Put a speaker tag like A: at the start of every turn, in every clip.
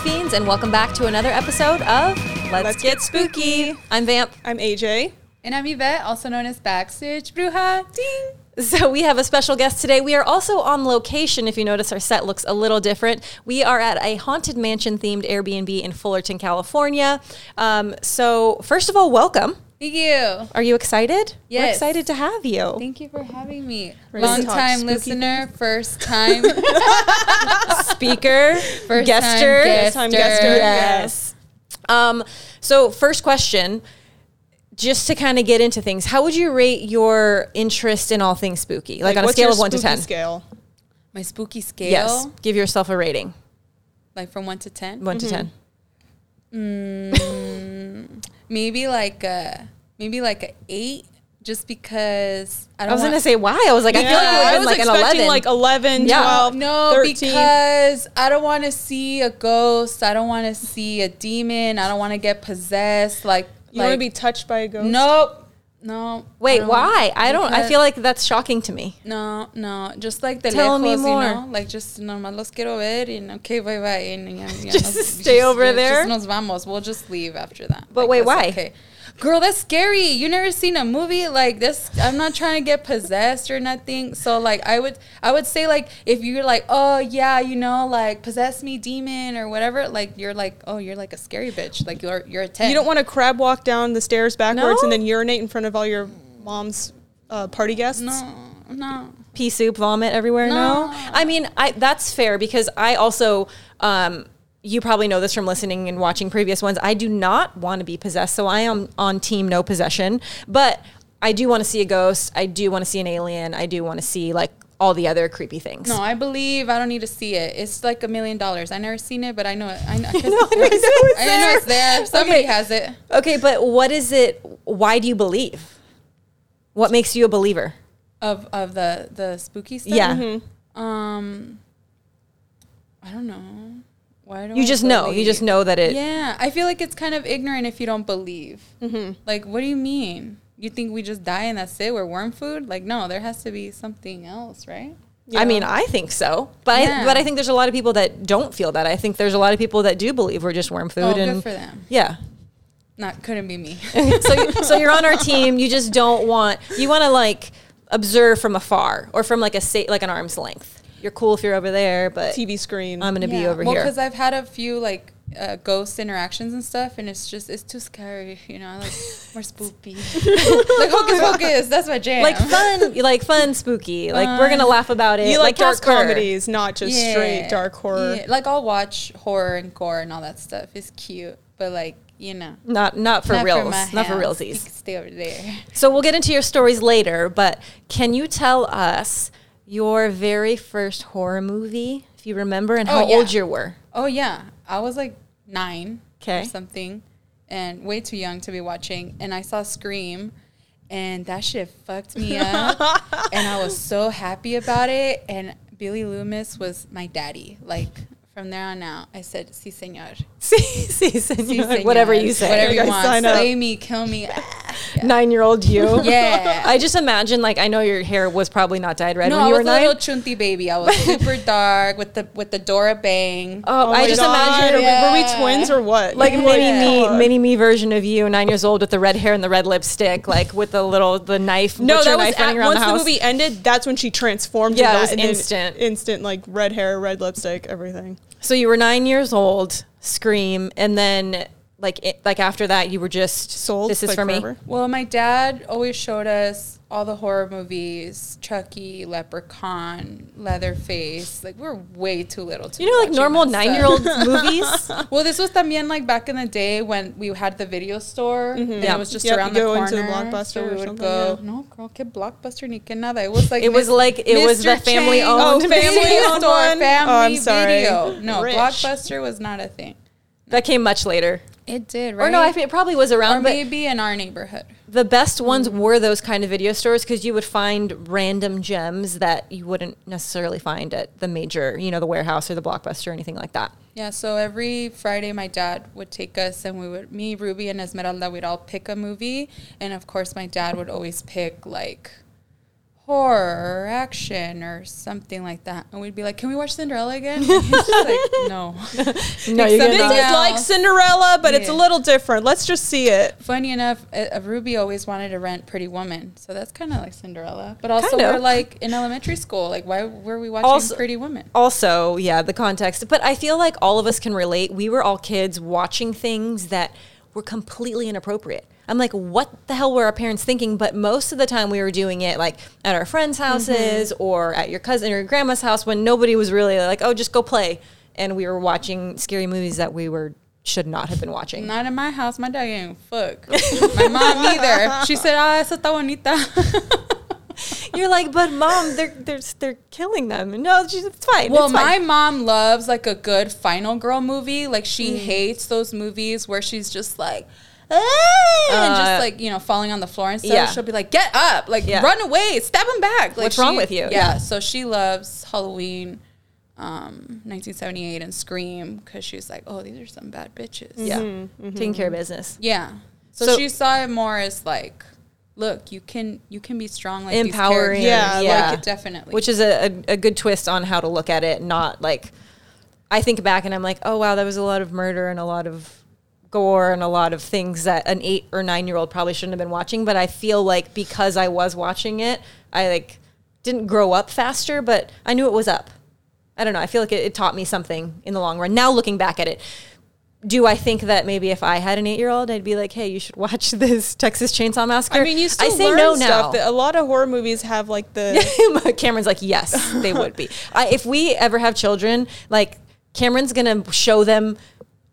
A: friends, and welcome back to another episode of Let's,
B: Let's
A: Get,
B: Get
A: spooky. I'm Vamp.
B: I'm AJ.
C: And I'm Yvette, also known as Backstage Bruja. Ding!
A: So we have a special guest today. We are also on location. If you notice, our set looks a little different. We are at a haunted mansion themed Airbnb in Fullerton, California. Um, so first of all, welcome.
C: Thank you.
A: Are you excited? We're
C: Yes.
A: excited to have you.
C: Thank you for having me.
B: gonna
C: Long
B: talk
C: time
B: spooky
C: listener, first time,
A: Speaker,
C: first
A: guester,
C: time
B: time
C: guester.
B: guester.
A: Yes. Um, so first question, just to kind of get into things, how would you rate your interest in all things spooky? Like, on a
B: what's
A: scale
B: your
A: of one to
B: spooky
A: ten.
B: Scale.
C: My spooky scale,
A: Yes. Give yourself a rating.
C: like from one to ten,
A: One to ten.
C: maybe like a maybe like a eight, just because I
A: I
C: don't.
A: was
C: want-
A: gonna say why. I was like, I feel like it would
B: Yeah,
A: have
B: I
A: been
B: was
A: like an
B: expecting
A: eleven.
B: like 11,
A: Yeah.
B: 12,
C: no
B: 13.
C: because I don't want to see a ghost. I don't want to see a demon. I don't want to get possessed. Like
B: you want to
C: like-
B: be touched by a ghost?
C: Nope. No.
A: Wait,
C: no,
A: why? I don't. I
C: because-
A: feel like that's shocking to me.
C: No, no. Just like the
A: Tell me
C: lejos, you
A: more.
C: know? Like just normal los quiero ver and okay, bye bye. And, and, and,
A: Just stay over there?
C: Just nos vamos. We'll just leave after that.
A: But
C: Like,
A: wait,
C: that's
A: why?
C: Girl, that's scary. You never seen a movie like this. I'm not trying to get possessed or nothing. So like I would I would say like if you're like, "Oh yeah, you know, like possess me demon or whatever," like you're like, "Oh, you're like a scary bitch. Like you're you're a 10."
B: You don't want to crab walk down the stairs backwards
A: No?
B: and then urinate in front of all your mom's uh, party guests?
C: No. No.
A: pea soup vomit everywhere no.
C: No.
A: i mean i that's fair because i also um you probably know this from listening and watching previous ones i do not want to be possessed so i am on team no possession but i do want to see a ghost i do want to see an alien i do want to see like all the other creepy things
C: No, I believe. I don't need to see it. It's like a million dollars. I never seen it, but I know it. I know, I
A: know, I know it's
C: I know it's
A: there.
C: there. Somebody
A: Okay.
C: has it.
A: okay but what is it why do you believe what makes you a believer
C: Of of the the spooky stuff.
A: yeah
C: Um. I don't know. Why do
A: you
C: I
A: just know you just
C: believe?
A: know that it
C: Yeah, I feel like it's kind of ignorant if you don't believe.
A: Mm-hmm.
C: Like, what do you mean? You think we just die and that's it? We're worm food? Like, no, there has to be something else, right?
A: I
B: Yeah.
A: mean, I think so, but I,
C: Yeah.
A: but I think there's a lot of people that don't feel that. I think there's a lot of people that do believe we're just worm food,
C: Oh, good
A: and
C: for them.
A: yeah.
C: Not couldn't be me.
A: so you- so you're on our team. You just don't want you want to like observe from afar or from like a sa- like an arm's length. You're cool if you're over there, but
B: TV screen.
A: I'm gonna be over
C: well,
A: here.
C: because I've had a few like uh, ghost interactions and stuff, and it's just it's too scary, you know. Like more spooky, like hocus pocus. That's my jam.
A: like fun, you like fun, spooky. Like we're
C: Uh,
A: gonna laugh about it.
B: you like, dark
A: Casper.
B: comedies, not just
C: Yeah.
B: straight dark horror.
C: Yeah, Like I'll watch horror and gore and all that stuff. It's cute, but like you know,
A: not not for
C: not
A: reals,
C: my
A: not for
C: house. You
A: realsies.
C: can stay over there.
A: So we'll get into your stories later, but can you tell us your very first horror movie, if you remember, and how
C: Oh, yeah.
A: old you were?
C: Oh yeah, I was like nine,
A: Okay.
C: or something, and way too young to be watching. And I saw Scream, and that shit fucked me up. and I was so happy about it. And Billy Loomis was my daddy. Like from there on out, I said, "Sí, señor."
A: See, see, senor,
C: Sí, señor.
A: whatever you say.
C: whatever
B: I
C: you want.
B: sign up.
C: Slay me, kill me.
A: Nine-year-old you.
C: yeah.
A: I just imagine, like, I know your hair was probably not dyed red
C: no,
A: when
C: I
A: you
C: was
A: were
C: a
A: nine.
C: little chunty baby. I was super dark with the with the Dora bang.
A: Oh,
B: Oh
A: I
B: my
A: just
B: God,
A: imagine,
B: Are we, were we
C: Yeah.
B: twins or what?
A: like,
C: Yeah.
A: mini me,
B: God.
A: mini me version of you, nine years old with the red hair and the red lipstick, like with the little the knife.
B: No,
A: butcher
B: that was
A: knife running
B: at,
A: around
B: once
A: the
B: the,
A: house.
B: movie ended. That's when she transformed. to
A: Yeah, it
B: that,
A: was
B: and then
A: instant.
B: instant like red hair, red lipstick, everything.
A: So you were nine years old, scream, and then like it, like after that, you were just
B: Sold.
A: This is
B: like,
A: for me.
B: forever.
C: Well, my dad always showed us all the horror movies: Chucky, Leprechaun, Leatherface. Like we we're way too little to.
A: You know,
C: be
A: like
C: watching
A: normal
C: that stuff.
A: nine year old movies.
C: Well, this was también like back in the day when we had the video store, and
A: Mm-hmm. Yeah.
C: it was just
B: Yep,
C: around
B: you
C: the
B: go
C: corner.
B: into the Blockbuster
C: so
B: or
C: we would
B: something,
C: go.
B: yeah.
C: No, girl, que blockbuster ni que nada. It was like
A: It was
C: Mis-
A: like- it was the
C: Mr. Chang.
A: family-owned
C: Oh,
A: video
C: family owned
B: store.
C: store, family
B: Oh, I'm sorry.
C: video. No,
B: Rich.
C: blockbuster was not a thing.
A: that came much later.
C: It did right.
A: Or no, I think it probably was
C: or
A: around, but
C: maybe in our neighborhood.
A: the best ones were those kind of video stores because you would find random gems that you wouldn't necessarily find at the major, you know, the warehouse or the blockbuster or anything like that.
C: Yeah, so every Friday, my dad would take us, and we would, me, Ruby, and Esmeralda, we'd all pick a movie. And of course, my dad would always pick like horror or action or something like that. And we'd be like, can we watch Cinderella again? And he's just like, no.
A: No, you
C: Except
A: get
B: This
C: that-
A: that.
B: is like Cinderella, but it's a
C: Yeah.
B: little different. Let's just see it.
C: Funny enough, uh, Ruby always wanted to rent Pretty Woman. So that's kind of like Cinderella. But also
A: Kinda.
C: we're like in elementary school. Like why were we watching
A: Also-
C: Pretty Woman?
A: Also, yeah, the context. But I feel like all of us can relate. We were all kids watching things that were completely inappropriate. I'm like, what the hell were our parents thinking? But most of the time we were doing it like at our friends'
C: Mm-hmm.
A: houses or at your cousin or your grandma's house when nobody was really like, oh, just go play. And we were watching scary movies that we were should not have been watching.
C: Not in my house. My dad ain't fuck. my mom either. She said, ah, esa está bonita.
A: You're like, but mom, they're they're they're killing them. No, she's, it's fine.
C: Well,
A: it's fine.
C: my mom loves like a good final girl movie. Like
A: Mm.
C: she hates those movies where she's just like, "Ah," and
A: Uh,
C: just like you know falling on the floor and stuff.
A: yeah.
C: She'll be like, "Get up! Like
A: Yeah.
C: run away! Stab him back! Like
A: What's wrong
C: she-
A: with you?
C: Yeah.
A: Yeah.
C: So she loves Halloween, um, 1978, and Scream because she's like, "Oh, these are some bad bitches."
A: yeah,
C: Mm-hmm.
A: taking care of business.
C: Yeah. So,
A: So-
C: she saw it more as like, "Look, you can you can be strong like
A: empowering.
C: These characters."
B: Yeah,
C: like it definitely.
A: Which is a, a, a good twist on how to look at it. Not like I think back and I'm like, oh wow, that was a lot of murder and a lot of gore and a lot of things that an eight or nine year old probably shouldn't have been watching. But I feel like because I was watching it, I like didn't grow up faster, but I knew it was up. I don't know. I feel like it, it taught me something in the long run. Now looking back at it, do I think that maybe if I had an eight year old, I'd be like, hey, you should watch this Texas Chainsaw Massacre?
B: I mean, you still learn stuff. That a lot of horror movies have like the
A: Cameron's like, yes, they would be. I, if we ever have children, like Cameron's gonna show them.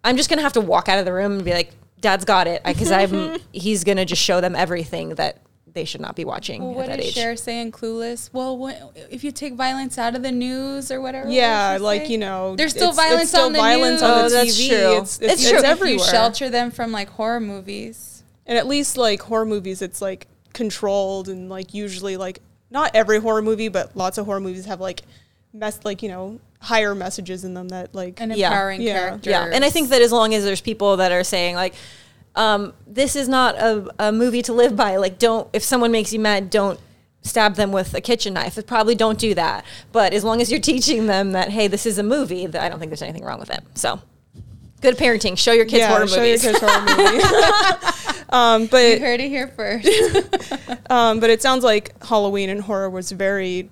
A: I'm just gonna have to walk out of the room and be like, "Dad's got it," because I'm. he's gonna just show them everything that they should not be watching
C: Well,
A: at
C: what
A: that
C: did
A: age.
C: Cher say in Clueless? Well, what, if you take violence out of the news or whatever. what
B: Yeah,
C: did she
B: like,
C: say?
B: you know,
C: there's still
B: it's- it's
C: violence
B: still
C: on the news.
B: violence on the
A: Oh, that's
B: TV.
A: true.
B: It's- it's-
A: it's true.
B: everywhere.
C: You shelter them from like horror movies.
B: and at least like horror movies it's like controlled and like usually like not every horror movie but lots of horror movies have like mess like you know higher messages in them that like
C: And
A: Yeah.
C: empowering
B: Yeah.
C: characters.
A: Yeah, and I think that as long as there's people that are saying like, um, "This is not a, a movie to live by," like, don't if someone makes you mad, don't stab them with a kitchen knife. Probably don't do that. But as long as you're teaching them that, hey, this is a movie, that I don't think there's anything wrong with it. So, good parenting. Show your kids
B: yeah,
A: horror
B: show
A: movies.
B: your kids horror movie. um,
C: you
B: but
C: heard it here first.
B: um, but it sounds like Halloween and horror was very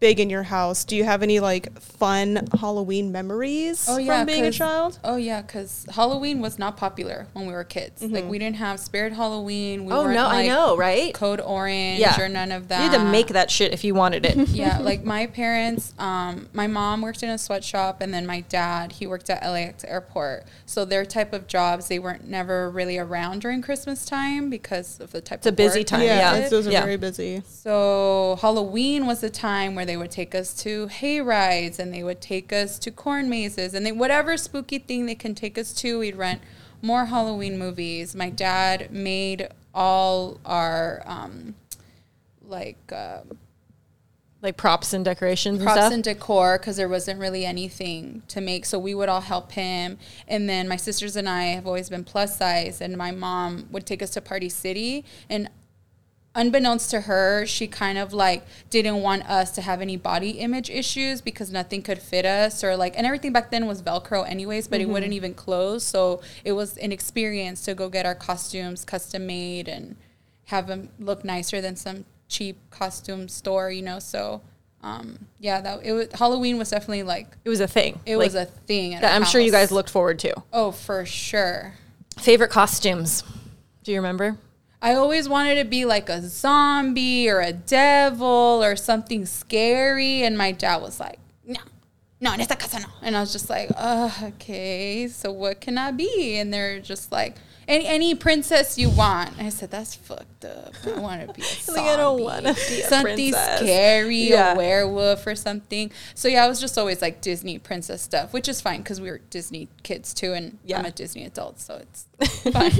B: big in your house. Do you have any like fun Halloween memories
A: Oh,
B: from being a
C: 'cause-
B: child?
C: Oh yeah, because Halloween was not popular when we were kids. Like we didn't have Spirit Halloween. We
A: Mm-hmm. Oh,
C: weren't,
A: no, I
C: like,
A: know, right?
C: Code Orange
A: Yeah.
C: or none of
A: You
C: that.
A: need to make that shit if you wanted it.
C: yeah, like my parents, um, my mom worked in a sweatshop, and then my dad, he worked at LAX airport. So their type of jobs, they weren't never really around during Christmas time because of the type. It's
A: a busy time, yeah.
B: it's- those are
A: Yeah.
B: very busy.
C: So Halloween was the time where they would take us to hay rides, and they would take us to corn mazes, and they whatever spooky thing they can take us to, we'd rent more Halloween movies. My dad made all our um, like. Uh,
A: like props and decorations
C: props
A: and stuff.
C: and decor because there wasn't really anything to make. So we would all help him. And then my sisters and I have always been plus size, and my mom would take us to Party City. And unbeknownst to her, she kind of like didn't want us to have any body image issues because nothing could fit us or like, and everything back then was Velcro anyways,
A: Mm-hmm.
C: but it wouldn't even close. So it was an experience to go get our costumes custom made and have them look nicer than some cheap costume store, you know? So, um, yeah, that it was Halloween was definitely like,
A: it was a thing.
C: it
A: Like,
C: was a thing. at
A: that
C: our
A: I'm sure you
C: house.
A: guys looked forward to.
C: Oh, for sure.
A: Favorite costumes? Do you remember?
C: I always wanted to be like a zombie or a devil or something scary. And my dad was like, no, no, en esta casa no. And I was just like, oh, okay, so what can I be? And they're just like, any, any princess you want. And I said, that's fucked up. I want to be a zombie.
A: Like, I don't wanna be a
C: Something
A: princess.
C: scary,
A: Yeah.
C: a werewolf or something. So yeah, I was just always like Disney princess stuff, which is fine because we were Disney kids too. And
A: Yeah.
C: I'm a Disney adult, so it's fine.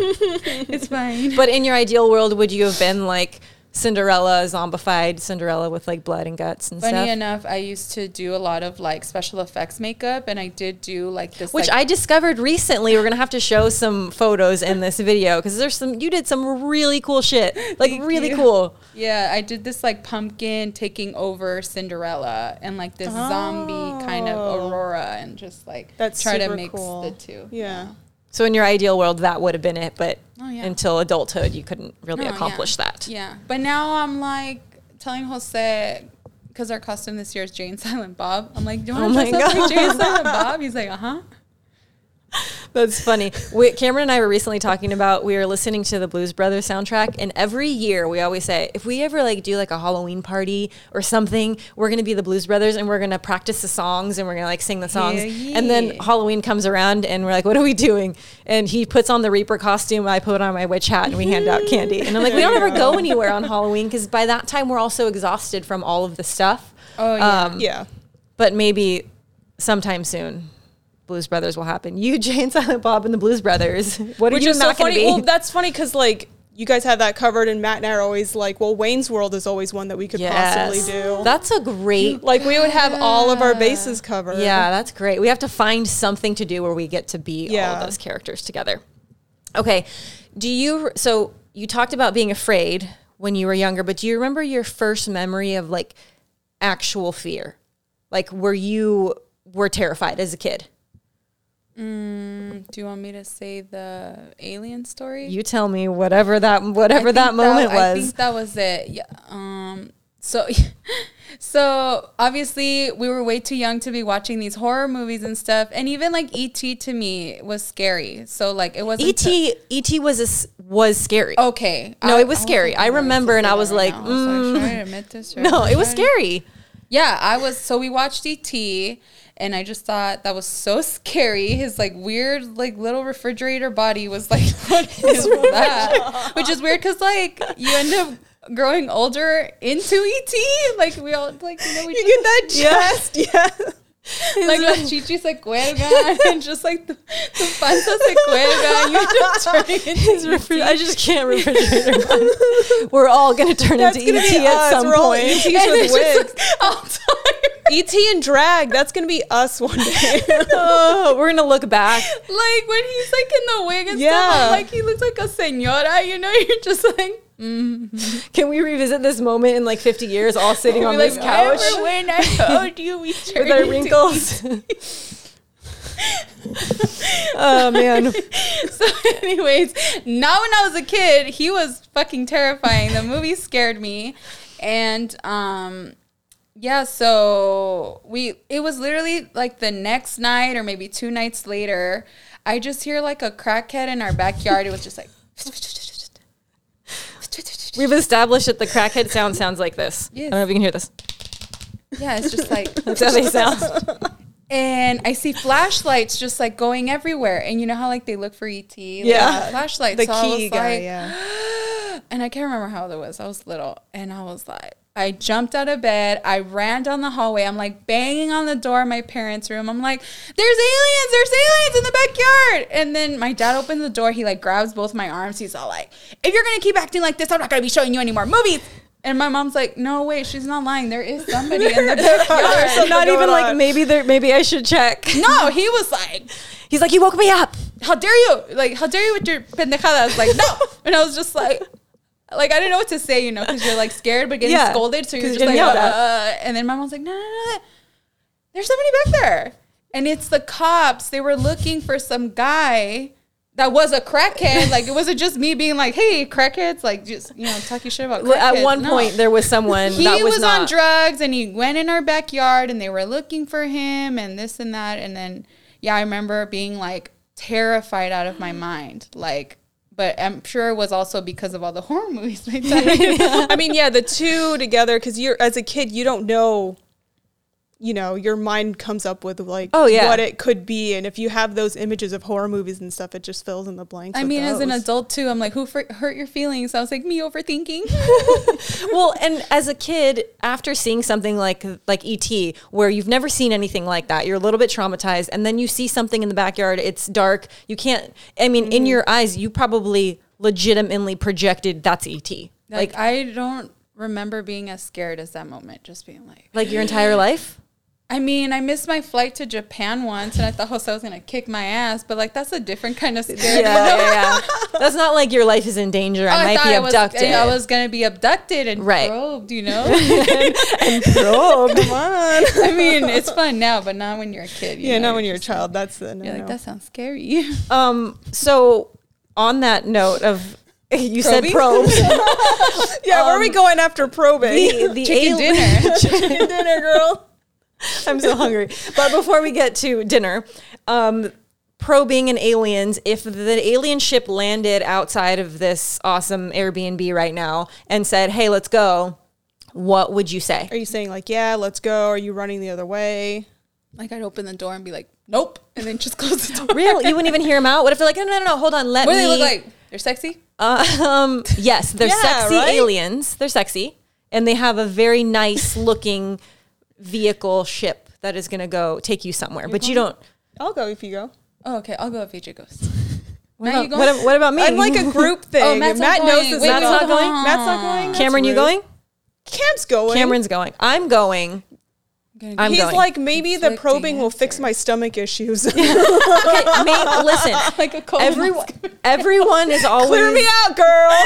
C: it's fine.
A: But in your ideal world, would you have been like Cinderella, zombified Cinderella with like blood and guts and
C: Funny
A: stuff.
C: enough, I used to do a lot of like special effects makeup, and I did do like this,
A: which
C: like,
A: I discovered recently. We're gonna have to show some photos in this video because there's some. You did some really cool shit, like
C: Thank
A: really
C: you.
A: cool.
C: yeah, I did this like pumpkin taking over Cinderella, and like this zombie kind of
B: Oh.
C: Aurora, and just like
B: That's
C: try to
B: super
C: mix
B: cool.
C: the two.
B: Yeah.
A: So in your ideal world, that would have been it, but
C: Oh, yeah.
A: until adulthood, you couldn't really
C: No,
A: accomplish
C: Oh, yeah.
A: that.
C: Yeah, but now I'm like telling Jose because our costume this year is Jane Silent Bob. I'm like, do you
A: Oh
C: want
A: my
C: to dress up like
A: God.
C: Jane Silent Bob? He's like, uh huh.
A: That's funny. We, Cameron and I were recently talking about we were listening to the Blues Brothers soundtrack, and every year we always say if we ever like do like a Halloween party or something, we're gonna be the Blues Brothers and we're gonna practice the songs and we're gonna like sing the songs.
C: Hear
A: And then
C: ye.
A: Halloween comes around and we're like, what are we doing? And he puts on the Reaper costume, I put on my witch hat, and we hand out candy. And I'm like, we don't ever go anywhere on Halloween because by that time we're all so exhausted from all of the stuff.
C: Oh yeah.
A: Um,
B: Yeah.
A: But maybe sometime soon, Blues Brothers will happen. You, Jane, Silent Bob, and the Blues Brothers. What are
B: Which
A: you
B: is so
A: not going to be?
B: funny. Well, that's funny because like you guys have that covered, and Matt and I are always like, well, Wayne's World is always one that we could possibly do.
A: That's a great.
B: like we would have all of our bases covered.
A: Yeah, that's great. We have to find something to do where we get to be all
B: Yeah.
A: of those characters together. Okay. Do you, so you talked about being afraid when you were younger, but do you remember your first memory of like actual fear? Like, were you were terrified as a kid?
C: Do you want me to say the alien story?
A: You tell me whatever that whatever
C: I
A: that
C: think
A: moment
C: I
A: was.
C: think that was it. Yeah. Um. So, so obviously we were way too young to be watching these horror movies and stuff, and even like ET to me was scary. So like it wasn't
A: ET ET E was a s was scary.
C: Oh, Okay.
A: No, it was scary. I remember and I was like,
C: mm. should I admit this? or-
A: no, it was
C: should I-
A: scary.
C: Yeah, I was. So we watched ET, and I just thought that was so scary. His like weird, like little refrigerator body was like, what is that? Which is weird because like you end up growing older into ET. Like we all like you know we
B: You
C: just,
B: get uh, that chest, yeah.
C: like la chichi se cuelga and just like the, the panza se cuelga. And you end up turning
A: His
C: into
A: refri- I just can't refrigerator. bun. We're all gonna turn
B: That's
A: into
B: gonna
A: ET
B: be
A: at
B: us.
A: some
B: We're all
A: point.
B: ETs
A: And
B: with
A: it's just-
B: wigs.
C: all time.
B: ET E and drag. That's gonna be us one day.
A: oh, we're gonna look back.
C: Like when he's like in the wig and
B: Yeah.
C: stuff, I'm like he looks like a senora, you know, you're just like
A: Can we revisit this moment in like 50 years, all sitting on
C: you're
A: this
C: like,
A: couch
C: "Remember when I told you we turned
A: with our
C: into-"
A: wrinkles? oh man,
C: So anyways, now when I was a kid, he was fucking terrifying. The movie scared me. And um yeah, so we it was literally like the next night or maybe two nights later, I just hear like a crackhead in our backyard. It was just like
A: we've established that the crackhead sound sounds like this. I
C: Yes.
A: don't know if you can hear this.
C: Yeah, it's just like
A: That's how they sound.
C: and I see flashlights just like going everywhere. And you know how like they look for ET? Like,
B: Yeah.
C: flashlights.
B: the
C: So I was
B: key guy,
C: like-
B: yeah.
C: And I can't remember how old I was. I was little. And I was like, I jumped out of bed. I ran down the hallway. I'm like banging on the door of my parents' room. I'm like, there's aliens. There's aliens in the backyard. And then my dad opens the door. He like grabs both my arms. He's all like, if you're going to keep acting like this, I'm not going to be showing you any more movies. And my mom's like, no, wait, she's not lying. There is somebody in the backyard.
A: So not
B: Going
A: even like
B: on.
A: maybe there. Maybe I should check.
C: No, he was like,
A: He's like, you woke me up.
C: how dare you? Like, how dare you with your pendejadas? Like, no. And I was just like, like I didn't know what to say, you know, because you're like scared but getting
A: Yeah,
C: scolded, so you're
A: 'cause
C: just
A: you're
C: like,
A: getting yelled at.
C: uh, and then my mom's like, no, no, no, no, there's somebody back there, and it's the cops. They were looking for some guy that was a crackhead. like, it wasn't just me being like, hey, crackheads, like just you know, talking shit about. Crackheads.
A: At one
C: No.
A: point, there was someone
C: He
A: that
C: was,
A: was, not.
C: on drugs and he went in our backyard and they were looking for him and this and that. And then, yeah, I remember being like terrified out of my mind. Like, but I'm sure it was also because of all the horror movies. Like that.
B: I mean, yeah, the two together because you're as a kid, you don't know. You know, your mind comes up with like
A: Oh, yeah.
B: what it could be, and if you have those images of horror movies and stuff, it just fills in the blanks.
C: I
B: with
C: mean, as an
B: those.
C: adult too, I'm like, who for- hurt your feelings? I was like, me overthinking.
A: well, and as a kid, after seeing something like like ET, where you've never seen anything like that, you're a little bit traumatized, and then you see something in the backyard. It's dark. Mm. You can't. I mean, in your eyes, you probably legitimately projected that's ET. Like,
C: Like,
A: like,
C: I don't remember being as scared as that moment. Just being like,
A: your entire life?
C: I mean, I missed my flight to Japan once, and I thought Jose was gonna kick my ass. But like, that's a different kind of
A: Yeah,
C: scare.
A: yeah, yeah. That's not like your life is in danger.
C: Oh,
A: I might be
C: I was,
A: abducted.
C: I was gonna be abducted and
A: Right.
C: probed. You know,
B: Come on.
C: I mean, it's fun now, but not when you're a kid. You
B: yeah,
C: know?
B: not when you're a child. That's the no.
C: You're like,
B: no.
C: that sounds scary.
A: um, so on that note of you said
B: Probing?
A: probes.
B: yeah, where are we going after probing?
A: The, the
C: Chicken
A: alien-
C: dinner.
B: Chicken dinner, girl.
A: I'm so hungry. But before we get to dinner, um, probing and aliens, if the alien ship landed outside of this awesome Airbnb right now and said, hey, let's go, what would you say?
B: Are you saying like, yeah, let's go? Are you running the other way?
C: like, I'd open the door and be like, nope, and then just close the door.
A: Really? You wouldn't even hear them out? What if they're like, no, no, no, no hold on, let
C: What do
A: me.
C: they look like? They're sexy.
A: Uh, um, yes, they're
B: Yeah,
A: sexy
B: right?
A: aliens. They're sexy. And they have a very nice looking vehicle ship that is going to go take you somewhere. But you don't.
B: I'll go if you go.
C: Oh, okay. I'll go if AJ goes.
A: What,
C: Now
A: about,
C: you go.
A: what, ab- what about me?
B: I'd like a group thing.
C: Oh, Matt's
B: Matt
C: not
B: knows
C: going.
B: this.
C: Wait,
B: Matt's
A: wait,
B: not
A: hold on.
B: going. Matt's not going. That's
A: Cameron, you
B: rude.
A: going?
B: Cam's going.
A: Cameron's going. I'm going.
C: I'm
A: I'm
C: gonna
B: He's
A: going.
B: like, maybe the
C: Conflicting
B: probing will fix
C: answers.
B: my stomach issues.
A: Okay, mate, listen.
C: like a cold.
A: Everyone, everyone is Um, always
B: Clear me out, girl.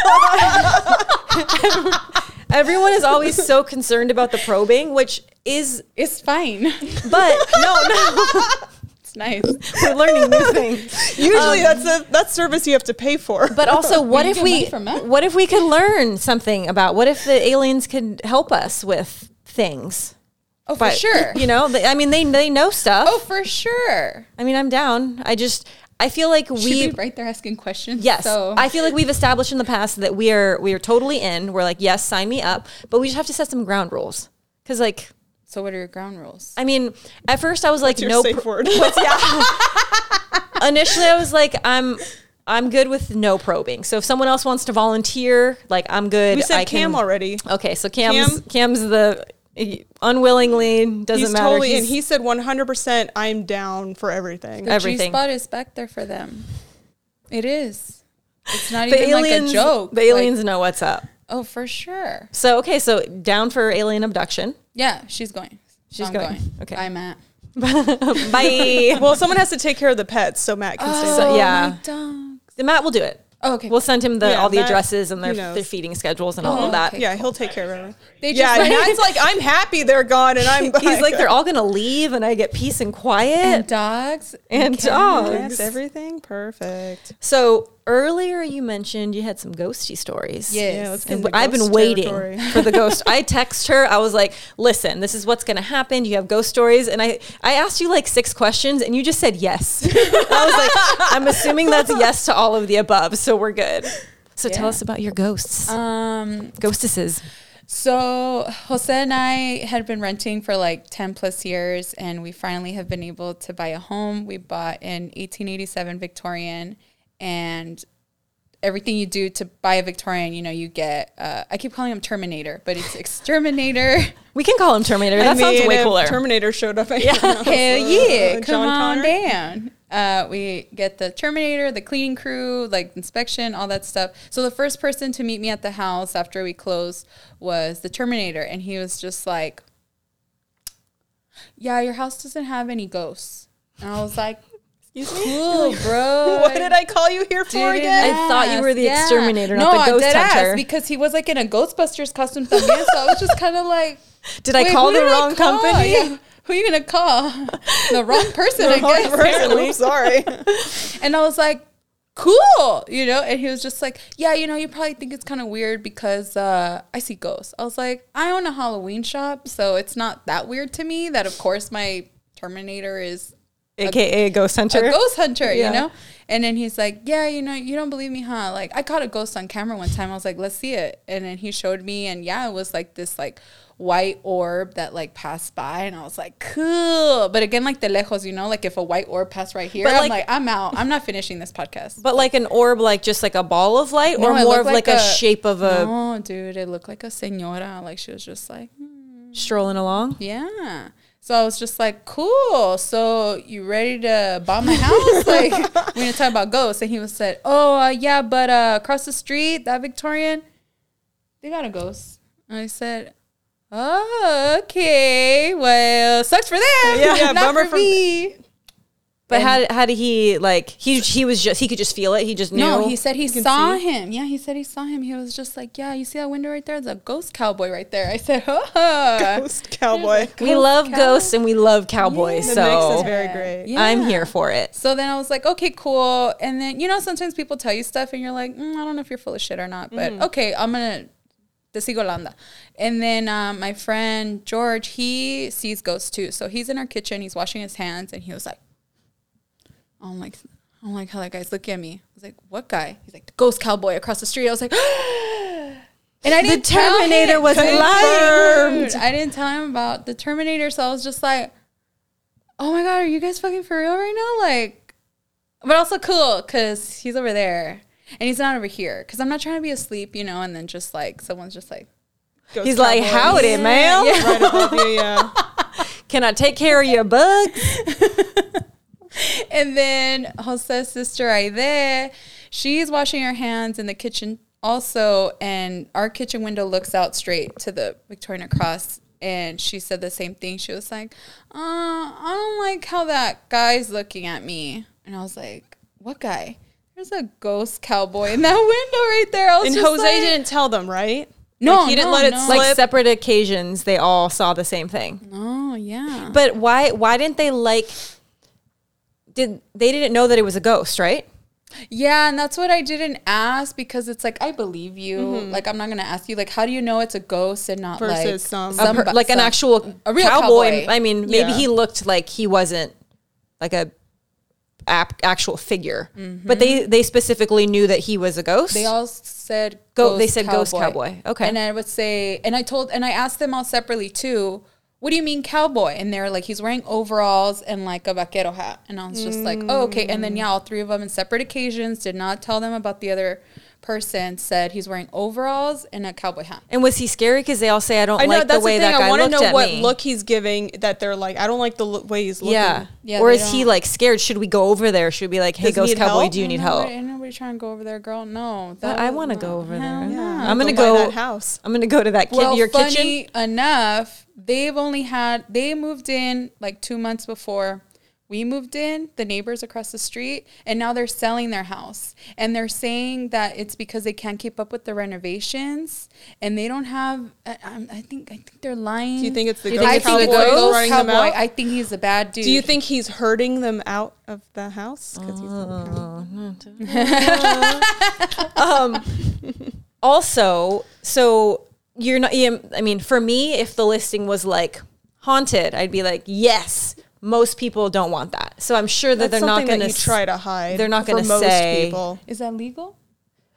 A: everyone is always so concerned about the probing, which is,
C: it's fine.
A: but no, no,
C: It's nice.
A: we're learning new things.
B: Usually, that's a that's service you have to pay for.
A: But also, what
C: You
A: if
C: get
A: we
C: money from that?
A: what if we could learn something about what if the aliens could help us with things?
C: Oh,
A: But
C: for sure.
A: you know, they, I mean, they they know stuff.
C: Oh, for sure.
A: I mean, I'm down. I just I feel like
C: She'd
A: we
C: be right there asking questions.
A: Yes,
C: So
A: I feel like we've established in the past that we are we are totally in. We're like, yes, sign me up, but we just have to set some ground rules. Because like,
C: so what are your ground rules?
A: I mean, at first I was like,
B: It's your
A: no.
B: safe
A: pro-
B: word.
A: Initially, I was like, I'm I'm good with no probing. So if someone else wants to volunteer, like I'm good.
B: we said
A: I
B: Cam
A: can-
B: already.
A: Okay, so Cam's
B: Cam?
A: Cam's the he- unwillingly doesn't
B: He's
A: matter.
B: totally and he said 100. percent I'm down for everything.
C: The
A: everything.
C: G spot is back there for them. It is. It's not
A: the
C: even
A: aliens.
C: like a joke.
A: The
C: Like,
A: aliens know what's up.
C: oh, for sure.
A: So okay, so down for alien abduction.
C: Yeah, she's going.
A: She's
C: I'm
A: going. Okay.
C: I'm at.
A: Bye.
B: Well, someone has to take care of the pets, so Matt can stay.
A: So,
C: Oh,
A: yeah.
C: my dogs.
A: Matt will do it.
C: Oh, okay.
A: We'll send him the
B: Yeah,
A: all the
B: that-
A: addresses and their,
B: he knows.
A: their feeding schedules and all of
C: Oh,
A: that.
C: okay.
B: yeah, he'll take care of everything.
C: They
B: yeah,
C: just-
B: Matt's like, I'm happy they're gone, and I'm.
A: He's like, they're all gonna leave, and I get peace and quiet
C: and dogs
A: and,
C: cats.
A: dogs.
B: everything perfect.
A: So earlier you mentioned you had some ghosty stories.
C: Yes.
B: Yeah, let's get
A: And
B: into
A: I've been
B: ghost
A: waiting
B: territory.
A: for the ghost. I text her. I was like, "Listen, this is what's going to happen. You have ghost stories." And I, I asked you like six questions, and you just said yes. I was like, "I'm assuming that's a yes to all of the above, so we're good." So tell
C: Yeah.
A: us about your ghosts,
C: Um,
A: ghostesses.
C: So Jose and I had been renting for like 10 plus years and we finally have been able to buy a home. We bought in 1887 Victorian and everything you do to buy a Victorian, you know, you get uh, I keep calling him Terminator, but it's exterminator.
A: We can call him Terminator.
B: I
A: That sounds
B: mean,
A: way
B: if
A: cooler.
B: Terminator showed up. Yeah.
C: Hell yeah, come
B: John
C: on
B: Connor?
C: down. Uh, we get the Terminator, the cleaning crew, like inspection, all that stuff. So the first person to meet me at the house after we closed was the Terminator, and he was just like, "Yeah, your house doesn't have any ghosts." And I was like,
B: Excuse me.
C: "Cool, bro."
B: What did I call you here for
C: Didn't
B: again?
A: I thought you were the exterminator, not the ghost
C: dead ass,
A: hunter.
C: because he was like in a Ghostbusters costume. También, so I was just kind of like,
A: Did I
C: Wait,
A: call
C: who
A: the
C: did I
A: wrong
C: call?
A: company?
C: Yeah. Who are you gonna call? The wrong person, I guess.
B: Wrong person. Oops, sorry.
C: And I was like, cool, you know? And he was just like, yeah, you know, you probably think it's kind of weird because uh, I see ghosts. I was like, I own a Halloween shop, so it's not that weird to me that, of course, my Terminator is
A: AKA ghost hunter.
C: a ghost hunter,
A: Yeah.
C: you know? And then he's like, Yeah, you know, you don't believe me, huh? Like, I caught a ghost on camera one time. I was like, Let's see it. And then he showed me, and yeah, it was like this, like, white orb that like passed by and I was like cool but again like the lejos you know like if a white orb passed right here
A: But,
C: I'm
A: like-
C: like I'm out I'm not finishing this podcast
A: but like an orb, like just like a ball of light,
C: No,
A: or more
C: it looked
A: of like,
C: like
A: a,
C: a-
A: shape of a
C: oh dude it looked like a senora like she was just like
A: strolling along.
C: Yeah. So I was just like, cool. So you ready to bomb my house? like we're gonna talk about ghosts. And he was said, oh uh, yeah, but uh, across the street, that Victorian, they got a ghost. And I said, oh, okay. Well, sucks for them.
A: Yeah, yeah,
C: not
B: bummer
C: for
B: for-
C: me.
A: But how, how did he like? He he was just he could just feel it. He just knew.
C: No, he said he
B: can
C: saw
B: see.
C: him. Yeah, he said he saw him. He was just like, yeah, you see that window right there? There's a ghost cowboy right there. I said, oh.
B: Ghost cowboy.
A: we love
C: cow-
A: ghosts and we love cowboys.
C: Yeah.
B: The mix is
A: So
B: very great.
C: Yeah.
A: I'm here for it.
C: So then I was like, okay, cool. And then, you know, sometimes people tell you stuff and you're like, mm, I don't know if you're full of shit or not, but okay, I'm going to testigo landa. And then um, my friend George, he sees ghosts too. So he's in our kitchen, he's washing his hands, and he was like, I'm like, I'm like, how that guy's looking at me. I was like, what guy? He's like, the ghost cowboy across the street. I was like, and I
A: The
C: didn't tell him.
A: Terminator was
C: Dude,
A: confirmed.
C: I didn't tell him about the Terminator, so I was just like, oh my god, are you guys fucking for real right now? Like, but also cool because he's over there and he's not over here because I'm not trying to be asleep, you know. And then just like someone's just like,
B: Ghost
A: He's like,
B: cowboy.
A: "Howdy, ma'am.
B: Right above you, yeah.
A: Can I take care of your bugs?"
C: and then Jose's sister Aide, she's washing her hands in the kitchen also, and our kitchen window looks out straight to the Victoria Cross. And she said the same thing. She was like, uh, I don't like how that guy's looking at me. And I was like, What guy? There's a ghost cowboy in that window right there. I was
B: And
C: just
B: Jose
C: like-
B: didn't tell them, right?
C: No,
A: he didn't
C: no,
A: let it
C: no.
A: slip. Like separate occasions, they all saw the same thing.
C: Oh, yeah.
A: But why why didn't they like did they didn't know that it was a ghost, right?
C: Yeah, and that's what I didn't ask because it's like I believe you. Like I'm not gonna ask you. Like how do you know it's a ghost and not like
B: Mm-hmm. Versus some-
A: A per- like an
C: some-
A: actual
C: a real
A: cowboy.
C: cowboy.
A: I mean, maybe
B: Yeah.
A: he looked like he wasn't like a ap- actual figure. But they they specifically knew that he was a ghost.
C: Mm-hmm. They all said
A: Go- they said ghost cowboy. Okay.
C: and I would say, and I told, and I asked them all separately too. What do you mean cowboy? And they're like, he's wearing overalls and like a vaquero hat. And I was just like, oh okay. And
B: Mm.
C: then yeah, all three of them in separate occasions did not tell them about the other person. Said he's wearing overalls and a cowboy hat.
A: and was he scary? Because they all say I don't
B: I know
A: like
B: that's
A: the way
B: the thing.
A: that guy
B: I want to
A: looked
B: know
A: at
B: what
A: me.
B: look he's giving. That they're like, I don't like the lo- way he's looking.
A: yeah.
C: Yeah,
A: or
C: they
A: is he
C: don't-
A: like scared? Should we go over there? Should we be like, hey,
B: Does he
A: ghost
B: need
A: cowboy,
B: help?
A: do you need
C: Ain't nobody-
A: help?
C: Ain't nobody trying to go over there, girl. No,
A: But I
C: was
A: want to
C: not-
A: go over
C: hell
A: there.
C: no.
A: I'm gonna
B: buy
A: go.
B: that house.
A: I'm gonna go to that kid,
C: Well,
A: your kitchen.
C: funny enough, they've only had they moved in like two months before we moved in. The neighbors across the street, and now they're selling their house, and they're saying that it's because they can't keep up with the renovations, and they don't have. I, I'm- I think I think they're lying.
B: Do you think it's the
A: You
B: ghost
A: think
C: I
A: it's the
C: think
B: cowboy
C: it's
A: ghost?
C: the
B: that's
C: ghost
B: running them
C: cowboy.
B: out?
C: I think he's a bad dude.
B: Do you think he's herding them out of the house? 'Cause he's okay.
A: also, so you're not. yeah, I mean, for me, if the listing was like haunted, I'd be like, yes. Most people don't want that, so I'm sure that they're
B: That's
A: not
B: something
A: going
B: that
A: to
B: you try to hide.
A: they're not
B: for
A: gonna
B: most
A: say-
B: people.
C: is that legal?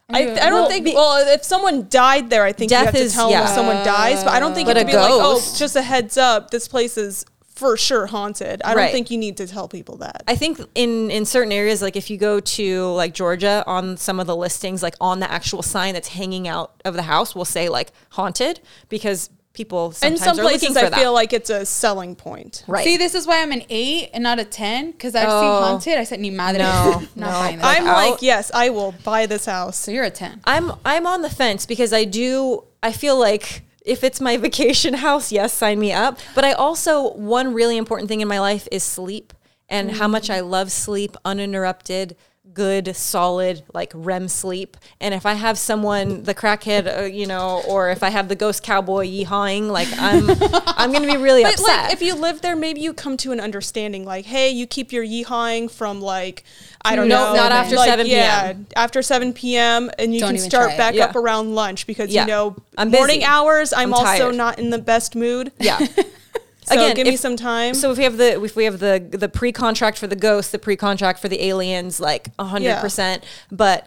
B: I, I don't
A: Well,
B: think.
A: be-
B: well, if someone died there, I think
A: Death
B: you have to
A: is-
B: tell them
A: yeah.
B: if someone dies. But I don't think you
A: But
B: have
A: a
B: to be like, oh,
A: ghost-
B: just a heads up. This place is for sure haunted. I
A: Right.
B: don't think you need to tell people that.
A: I think in in certain areas, like if you go to like Georgia on some of the listings, like on the actual sign that's hanging out of the house, will say like haunted because people
B: In
A: sometimes
B: some
A: are
B: places,
A: looking for
B: I
A: that.
B: feel like it's a selling point.
A: right.
C: See, this is why I'm an eight and not a ten because I've
A: Oh.
C: seen haunted. I said ni madre.
A: No,
C: not
A: no.
C: buying that.
B: I'm
A: out.
B: like, yes, I will buy this house.
C: so you're a ten.
A: I'm I'm on the fence because I do I feel like if it's my vacation house, yes, sign me up. But I also one really important thing in my life is sleep and how much I love sleep, uninterrupted, good, solid like REM sleep. And if I have someone the crackhead, uh, you know, or if I have the ghost cowboy yeehawing, like I'm I'm going to be really
B: But
A: upset.
B: like, if you live there, maybe you come to an understanding. Like, hey, you keep your yeehawing from like, I don't
A: No,
B: know,
A: not after
B: like,
A: 7
B: yeah,
A: p.m..
B: after seven p.m. and you
C: Don't
B: can
C: even try
B: start
C: it.
B: back up
A: Yeah.
B: around lunch because
A: Yeah.
B: you know
A: I'm
B: morning
A: busy.
B: hours. I'm,
A: I'm
B: also
A: tired.
B: not in the best mood.
A: yeah.
B: So
A: Again,
B: give me
A: if-
B: some time.
A: So if we have the if we have the the pre contract for the ghosts, the pre contract for the aliens, like hundred percent. But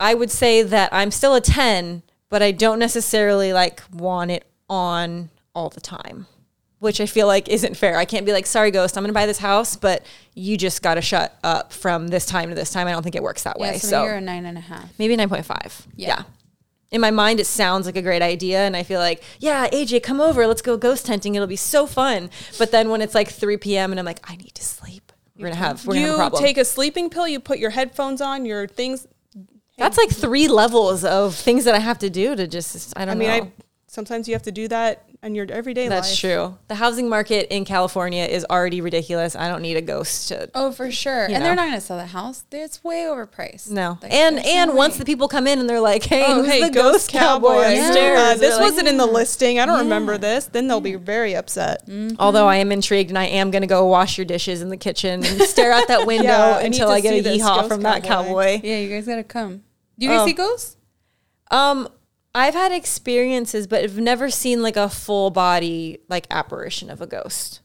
A: I would say that I'm still a ten, but I don't necessarily like want it on all the time, which I feel like isn't fair. I can't be like, sorry, ghost, I'm going to buy this house, but you just got to shut up from this time to this time. I don't think it works that
C: Yeah,
A: way.
C: so,
A: so
C: you're a nine and a half.
A: maybe 9.5 yeah.
C: Yeah.
A: in my mind it sounds like a great idea and i feel like yeah aj come over let's go ghost hunting it'll be so fun but then when it's like 3 p.m and i'm like i need to sleep we're gonna have we're gonna have a
B: you
A: problem
B: take a sleeping pill. You put your headphones on. Your things
A: That's like three levels of things that I have to do to just, I
B: I
A: don't
B: mean,
A: know.
B: I sometimes you have to do that in your everyday
A: That's
B: life.
A: true. The housing market in California is already ridiculous. I don't need a ghost to
C: Oh, for sure.
A: You
C: and they're
A: know.
C: not going to sell the house. It's way overpriced.
A: no.
C: Like,
A: and
C: there's no
A: and once
C: way.
A: the people come in and they're like, "Hey,
B: Oh,
A: who's
B: hey,
A: the
B: ghost,
A: cowboy,
B: cowboy.
A: upstairs?"
B: Uh, this
A: They're like,
B: wasn't in the listing. I don't remember
C: Yeah.
B: this. Then they'll be very upset.
A: Although I am intrigued and I am going to go wash your dishes in the kitchen and stare out that window
B: Yeah, I need
A: until
B: to
A: I get
B: see
A: a
B: this
A: yeehaw
B: ghost
A: from that
B: cowboy.
A: cowboy.
C: Yeah, you guys got to come. Do you guys
A: Oh.
C: see ghosts?
A: Um, I've had experiences, but I've never seen like a full body like apparition of a ghost.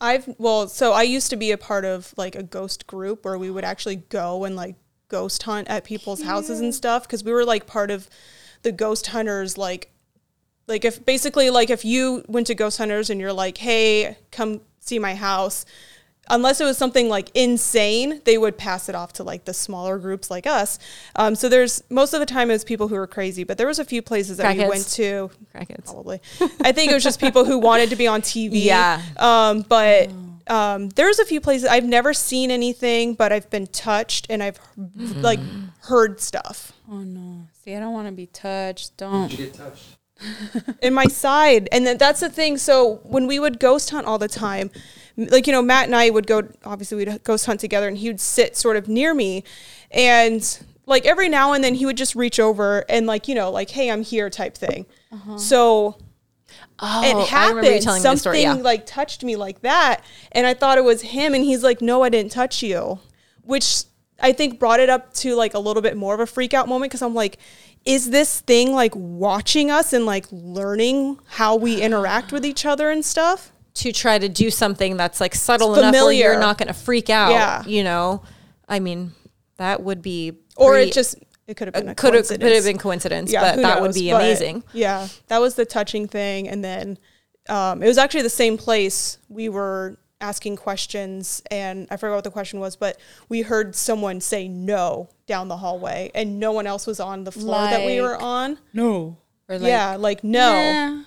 B: I've well, so I used to be a part of like a ghost group where we would actually go and like ghost hunt at people's houses and stuff because we were like part of the ghost hunters like like if basically like if you went to ghost hunters and you're like, "Hey, come see my house." Unless it was something like insane, they would pass it off to like the smaller groups like us. Um, so there's most of the time it was people who were crazy, but there was a few places that
A: Crackheads.
B: we went to
A: Crackheads.
B: probably. I think it was just people who wanted to be on TV.
A: Yeah.
B: Um, but um, there's a few places I've never seen anything, but I've been touched and I've like heard stuff
C: Oh, no. See, I don't want to be touched.
D: Did
C: Don't.
D: you get touched?
B: in my side. And then that's the thing. So when we would ghost hunt all the time, m- like, you know, Matt and I would go, obviously, we'd ghost hunt together and he would sit sort of near me. And like every now and then he would just reach over and like, you know, like, hey, I'm here type thing. So
A: Oh,
B: it happened. Something like touched me like that, and I thought it was him, and he's like, "No, I didn't touch you," which I think brought it up to like a little bit more of a freak out moment because I'm like, "Is this thing like watching us and like learning how we interact with each other and stuff?"
A: to try to do something that's like subtle
B: It's
A: enough where you're
B: familiar.
A: not going to freak out.
B: Yeah.
A: You know, I mean, that would be
B: Or
A: pretty-
B: it just it could have been a
A: could have
B: coincidence.
A: could have been coincidence, but
B: who
A: that would
B: knows?
A: be
B: But,
A: amazing.
B: Yeah, that was the touching thing, and then um, it was actually the same place we were asking questions, and I forgot what the question was, but we heard someone say no down the hallway, and no one else was on the floor that we were
C: Like,
B: on.
C: No. Or like,
B: yeah, like no,
C: "Nah."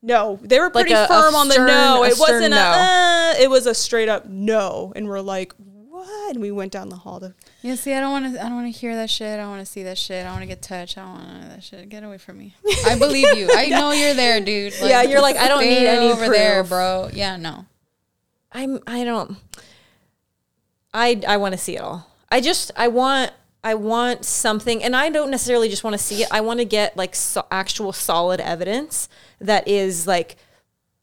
B: no, they were
A: Like
B: pretty
A: a- a
B: firm on the
A: stern-
B: no.
A: a
B: It
A: stern
B: wasn't
A: no.
B: a, uh, it was a straight up no, and we're like, what? And we went down the hall to
C: Yeah, see, I don't want to. I don't want to hear that shit. I don't want to see that shit. I want to get touched. I don't want none of that shit. Get away from me. I believe you. I know you're there, dude.
A: Yeah, you're like, I don't
C: stay
A: need any
C: over there,
A: proof.
C: bro. Yeah, no.
A: I'm I don't I I want to see it all. I just I want I want something and I don't necessarily just want to see it. I want to get like so, actual solid evidence that is like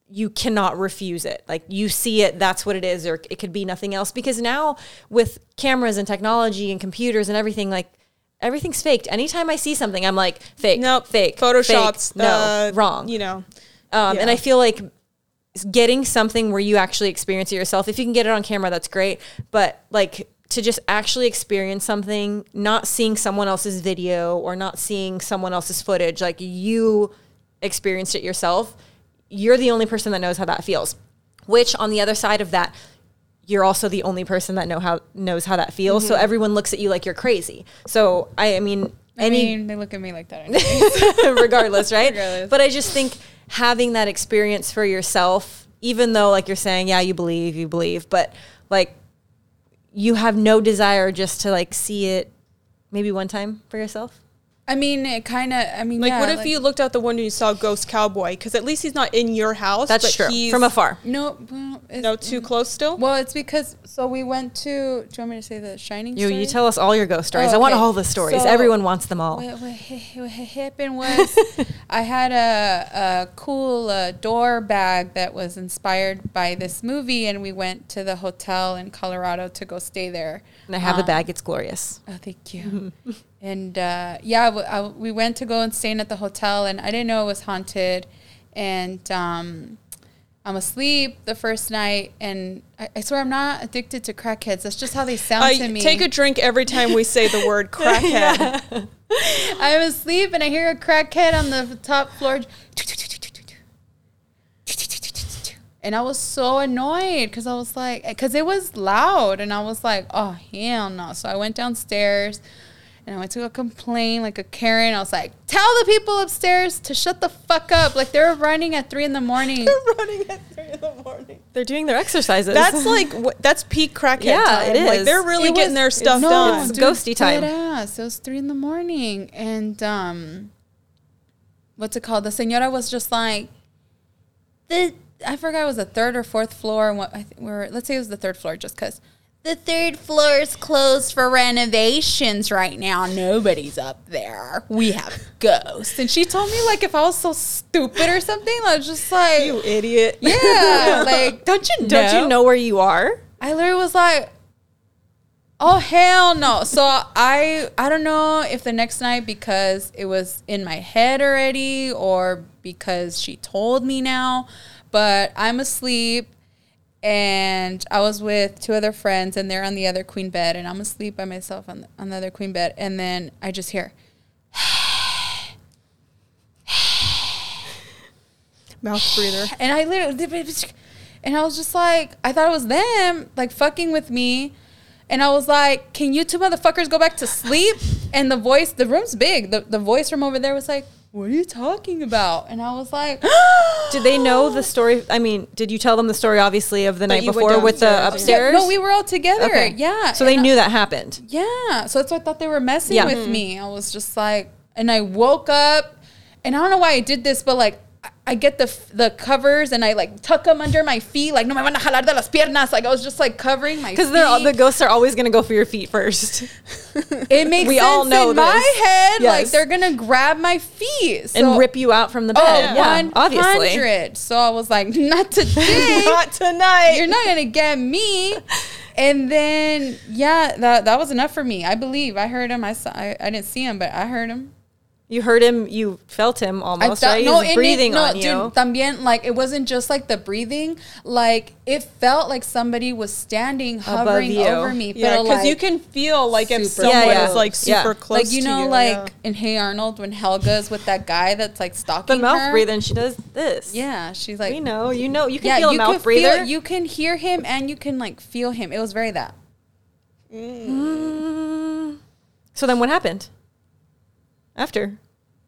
A: you cannot refuse it. Like you see it, that's what it is or it could be nothing else because now with cameras and technology and computers and everything like everything's faked. Anytime I see something I'm like fake,
B: nope,
A: fake,
B: photoshopped,
A: fake, no,
B: uh,
A: wrong.
B: you know.
A: Um, And
B: Yeah.
A: I feel like getting something where you actually experience it yourself, if you can get it on camera, that's great. But like to just actually experience something, not seeing someone else's video or not seeing someone else's footage, like you experienced it yourself, you're the only person that knows how that feels. Which on the other side of that, you're also the only person that know how knows how that feels.
C: Mm-hmm.
A: So everyone looks at you like you're crazy. So I, I mean,
C: I
A: any
C: mean, they look at me like that. anyway.
A: regardless, right?
C: Regardless.
A: But I just think having that experience for yourself, even though like you're saying, yeah, you believe, you believe, but like you have no desire just to like see it maybe one time for yourself.
C: I mean, it kind of. I mean,
B: Like,
C: yeah,
B: what if you looked out the window and you saw a ghost cowboy? Because at least he's not in your house.
A: That's
B: but
A: true.
B: He's,
A: From afar.
C: No, well, it's,
B: No, too close still.
C: Well, it's because so we went to. Do you want me to say the Shining?
A: You,
C: story?
A: you tell us all your ghost stories.
C: Oh,
A: I want
C: okay.
A: all the stories.
C: So-
A: Everyone wants them all.
C: What, what, ha- what ha- happened was I had a, a cool uh, door bag that was inspired by this movie, and we went to the hotel in Colorado to go stay there.
A: And I have the
C: Um,
A: bag. It's glorious.
C: Oh, thank you. and uh, yeah, w- I, we went to go and stay in at the hotel, and I didn't know it was haunted. And um, I'm asleep the first night, and I, I swear I'm not addicted to crackheads. That's just how they sound
B: I
C: to me.
B: Uh, take a drink every time we say the word crackhead.
C: I'm asleep and I hear a crackhead on the top floor. And I was so annoyed because I was like, because it was loud. And I was like, oh, hell no. So I went downstairs and I went to go complain like a Karen. I was like, tell the people upstairs to shut the fuck up. Like they were running at three in the morning.
B: Running at three in the morning.
A: They're doing their exercises.
B: That's like wh- that's peak crackhead
A: Yeah,
B: time.
A: it
B: Like
A: is.
B: they're really
C: It
B: getting
C: was-
B: their
C: it-
B: stuff
C: no,
B: done.
A: it's
C: dude,
A: ghosty time.
C: deadass. It was three in the morning, and um, what's it called? The senora was just like the I forgot it was the third or fourth floor, and what I think we were. Let's say it was the third floor, just cause. The third floor is closed for renovations right now. Nobody's up there. We have ghosts. And she told me like if I was so stupid or something, I was just like,
B: you idiot.
C: yeah, like don't you know?
A: Don't you know where you are?
C: I literally was like, "Oh hell no!" So I I don't know if the next night because it was in my head already or because she told me now, but I'm asleep and I was with two other friends and they're on the other queen bed and I'm asleep by myself on the, on the other queen bed and then I just hear
B: Mouth breather.
C: and I literally, and I was just like, I thought it was them, like fucking with me. And I was like, can you two motherfuckers go back to sleep? And the voice, the room's big. The, the voice from over there was like, what are you talking about? And I was like,
A: Did they know the story? I mean, did you tell them the story, obviously, of the night
B: you went
A: before with the
B: downstairs.
A: upstairs?
C: No, we were all together. Yeah.
A: So they
C: And I-
A: knew that happened.
C: Yeah. So that's why I thought they were messing
A: Yeah.
C: with me. I was just like, and I woke up, and I don't know why I did this, but like, I- I get the f- the covers and I like tuck them under my feet, like no me van a jalar de las piernas. Like I was just like covering my
A: Because they're all,
C: feet.
A: the ghosts are always going to go for your feet first.
C: it makes
A: we
C: sense
A: all know
C: in my
A: this.
C: head. Like
A: Yes.
C: they're gonna grab my feet
A: and rip you out from the
C: Oh,
A: bed. yeah,
C: 100.
A: obviously.
C: So I was like, not today.
B: Not tonight.
C: You're not gonna get me. And then yeah, that that was enough for me. I believe I heard him. I saw. I, I didn't see him, but I heard him.
A: You heard him. You felt him
C: I
A: almost.
C: thought
A: right? He
C: no,
A: was
C: it
A: breathing
C: breathing no,
A: on
C: dude.
A: you.
C: También, like it wasn't just like the breathing. Like it felt like somebody was standing, hovering
A: you.
C: over me.
B: yeah,
C: pero,
B: because you
C: like-
B: can feel like if
C: super
B: someone
A: Yeah, yeah.
B: is like
A: Yeah.
B: super
A: Like,
B: close,
C: like you
B: to
C: know,
B: you,
C: like
B: yeah.
C: in Hey Arnold when Helga's with that guy that's like stalking
A: The mouth
C: her.
A: breathing. She does this.
C: Yeah, she's like
A: we know. You know. You can
C: yeah,
A: feel a
C: you
A: mouth
C: could
A: breather.
C: Feel, you can hear him and you can like feel him. It was very that.
A: so then, what happened after?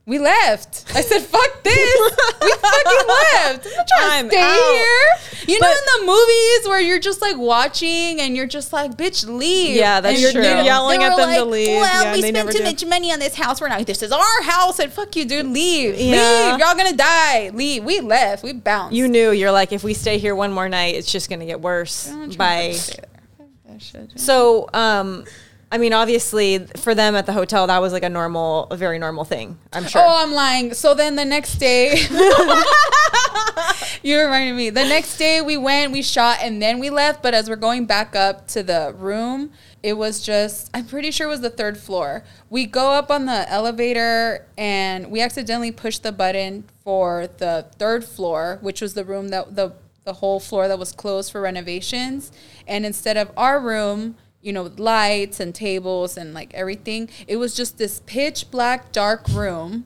C: We left. I said, "Fuck this." we fucking left. I'm not trying
B: I'm
C: to stay
B: out.
C: here. You know, in the movies where you're just like watching and you're just like, "Bitch, leave."
A: Yeah, that's
C: And you're
A: true.
C: they-
A: You're
B: yelling
C: they
B: at
C: were
B: them to leave.
C: Well,
B: Yeah,
C: we
B: they
C: spent
B: never
C: too
B: do.
C: much money on this house. We're not. This is our house, and fuck you, dude. Leave.
A: Yeah.
C: Leave. Y'all gonna die. Leave. We left. We bounced.
A: You knew. You're like, if we stay here one more night, it's just going to get worse.
C: I'm not
A: By
C: trying to stay there. Fuck that shit, dude.
A: so, um, I mean, obviously, for them at the hotel, that was like a normal, a very normal thing. I'm sure.
C: Oh, I'm lying. So then the next day, you reminded me. The next day we went, we shot, and then we left. But as we're going back up to the room, it was just, I'm pretty sure it was the third floor. We go up on the elevator and we accidentally pushed the button for the third floor, which was the room that the, the whole floor that was closed for renovations. And instead of our room, you know, with lights and tables and like everything. It was just this pitch black dark room.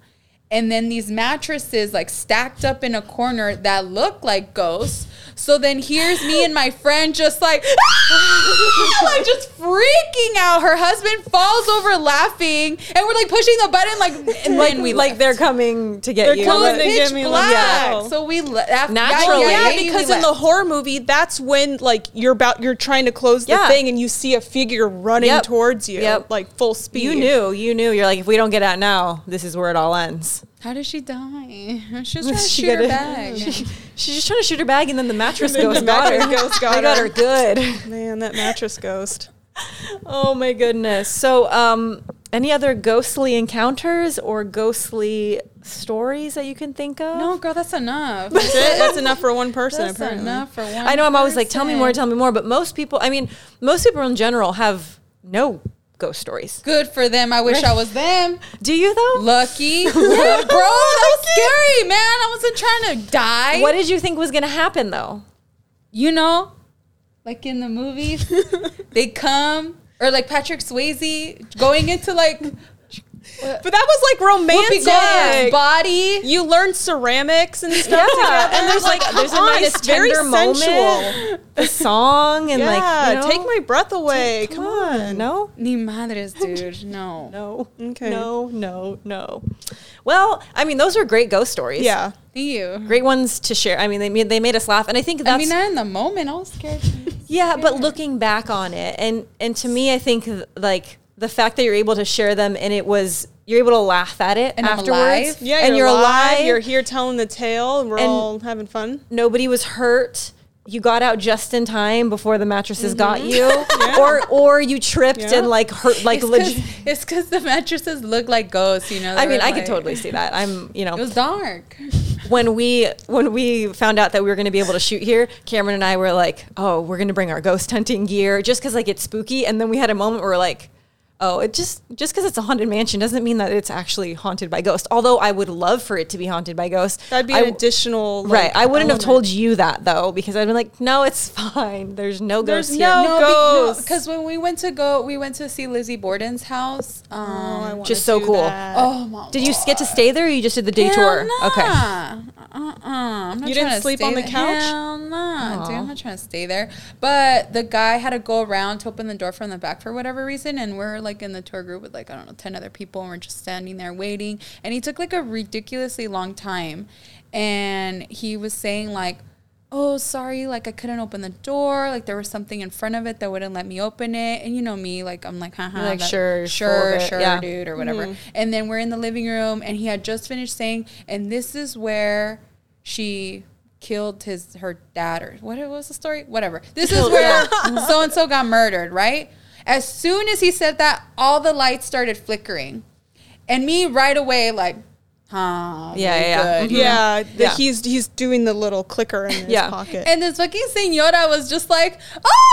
C: And then these mattresses like stacked up in a corner that looked like ghosts. So then here's me and my friend just like, "Ah!" like just freaking out. Her husband falls over laughing, and we're like pushing the button like, and
A: like
C: then we
A: like
C: left.
A: they're coming to get
B: They're
A: you.
C: It was
B: coming to
A: But-
B: get
C: pitch
B: me, like,
C: black.
B: yeah.
C: So we left after-
A: Naturally.
C: yeah,
B: yeah,
A: Right?
C: yeah, we
B: because in
C: left.
B: the horror movie, that's when like you're about you're trying to close the
A: Yeah.
B: thing and you see a figure running
A: Yep.
B: towards you,
A: Yep.
B: like full speed.
A: you knew. You knew. You're like, if we don't get out now, this is where it all ends.
C: how did she die? She was trying to
A: She
C: shoot her
A: gotta-
C: bag.
A: She's just trying to shoot her bag, and then the mattress
B: And then
A: goes
B: the
A: got her.
B: mattress goes got
A: they got
B: her.
A: her good.
B: man, that mattress ghost.
A: Oh my goodness. So, um, any other ghostly encounters or ghostly stories that you can think of?
C: No, girl, that's enough.
B: That's it. That's enough for one person.
C: That's
B: apparently.
C: enough for one.
A: I know I'm always like, tell me more,
C: person.
A: tell me more. But most people, I mean, most people in general have no ghost stories.
C: Good for them. I wish I was them.
A: Do you though?
C: Lucky, bro. That was scary, man. I wasn't trying to die.
A: what did you think was going to happen though?
C: you know, like in the movies, they come or like Patrick Swayze going into like
B: But that was like romantic.
C: Goldberg's body.
B: You learn ceramics and stuff.
A: Yeah,
B: together.
A: and there's like
B: Come
A: there's
B: on,
A: a nice
B: it's very
A: tender moment,
B: sensual.
A: the song, and
B: yeah,
A: like you know,
B: take my breath away. come, on.
A: no,
C: Ni madres, dude. No.
A: no,
B: Okay.
A: no, no, no. Well, I mean, those are great ghost stories.
B: Yeah.
C: Thank you.
A: great ones to share. I mean, they made they made us laugh, and I think that's
C: I mean, in the moment, I was scared.
A: yeah. But looking back on it, and and to me, I think th- like the fact that you're able to share them, and it was you're able to laugh at it
C: And I'm
A: afterwards.
C: alive.
B: Yeah,
A: and you're, alive.
B: You're here telling the tale, and we're
A: And-
B: all having fun.
A: nobody was hurt. You got out just in time before the mattresses got you, or or you tripped
B: Yeah.
A: and like hurt like legit.
C: It's because the mattresses look like ghosts, you know?
A: I
C: They
A: mean,
C: were
A: I could
C: like-
A: totally see that. I'm, you know,
C: It was dark.
A: when we when we found out that we were going to be able to shoot here, Cameron and I were like, "Oh, we're going to bring our ghost hunting gear just because like it's spooky." And then we had a moment where we're like, "Oh, it just just because it's a haunted mansion doesn't mean that it's actually haunted by ghosts." Although I would love for it to be haunted by ghosts.
B: That'd be
A: I
B: an
A: w-
B: additional. like,
A: right. I wouldn't have
B: element.
A: told you that though because I'd been like, "No, it's fine. There's no
B: There's
A: ghosts
B: no
A: here."
B: ghosts.
C: Because when we went to go, we went to see Lizzie Borden's house.
B: Oh, I
C: Um,
B: wanna
A: Just so
B: do
A: cool.
B: that.
C: oh my
A: Did you get to stay there? or You just did the day tour. Okay.
C: Uh-uh. Okay.
B: You didn't sleep on the couch?
C: Hell nah, dude.
A: Aw.
C: I'm not trying to stay there. But the guy had to go around to open the door from the back for whatever reason, and we're like in the tour group with like I don't know ten other people, and we're just standing there waiting. And he took like a ridiculously long time, and he was saying like. Oh, sorry, like I couldn't open the door. Like there was something in front of it that wouldn't let me open it. And you know me, like I'm like, haha,
A: like,
C: that-
A: sure, full of
C: sure,
A: it,
C: sure,
A: yeah.
C: dude dude or whatever. And then we're in the living room, and he had just finished saying, and this is where she killed his her dad or what what was the story? Whatever. This is where so and so got murdered, right? As soon as he said that, all the lights started flickering, and me right away like, huh?
A: Yeah, yeah,
C: very
A: yeah.
C: good, you
B: Yeah, the,
A: Mm-hmm. Yeah.
B: he's he's doing the little clicker in his
A: Yeah.
B: pocket.
C: and this fucking senora was just like,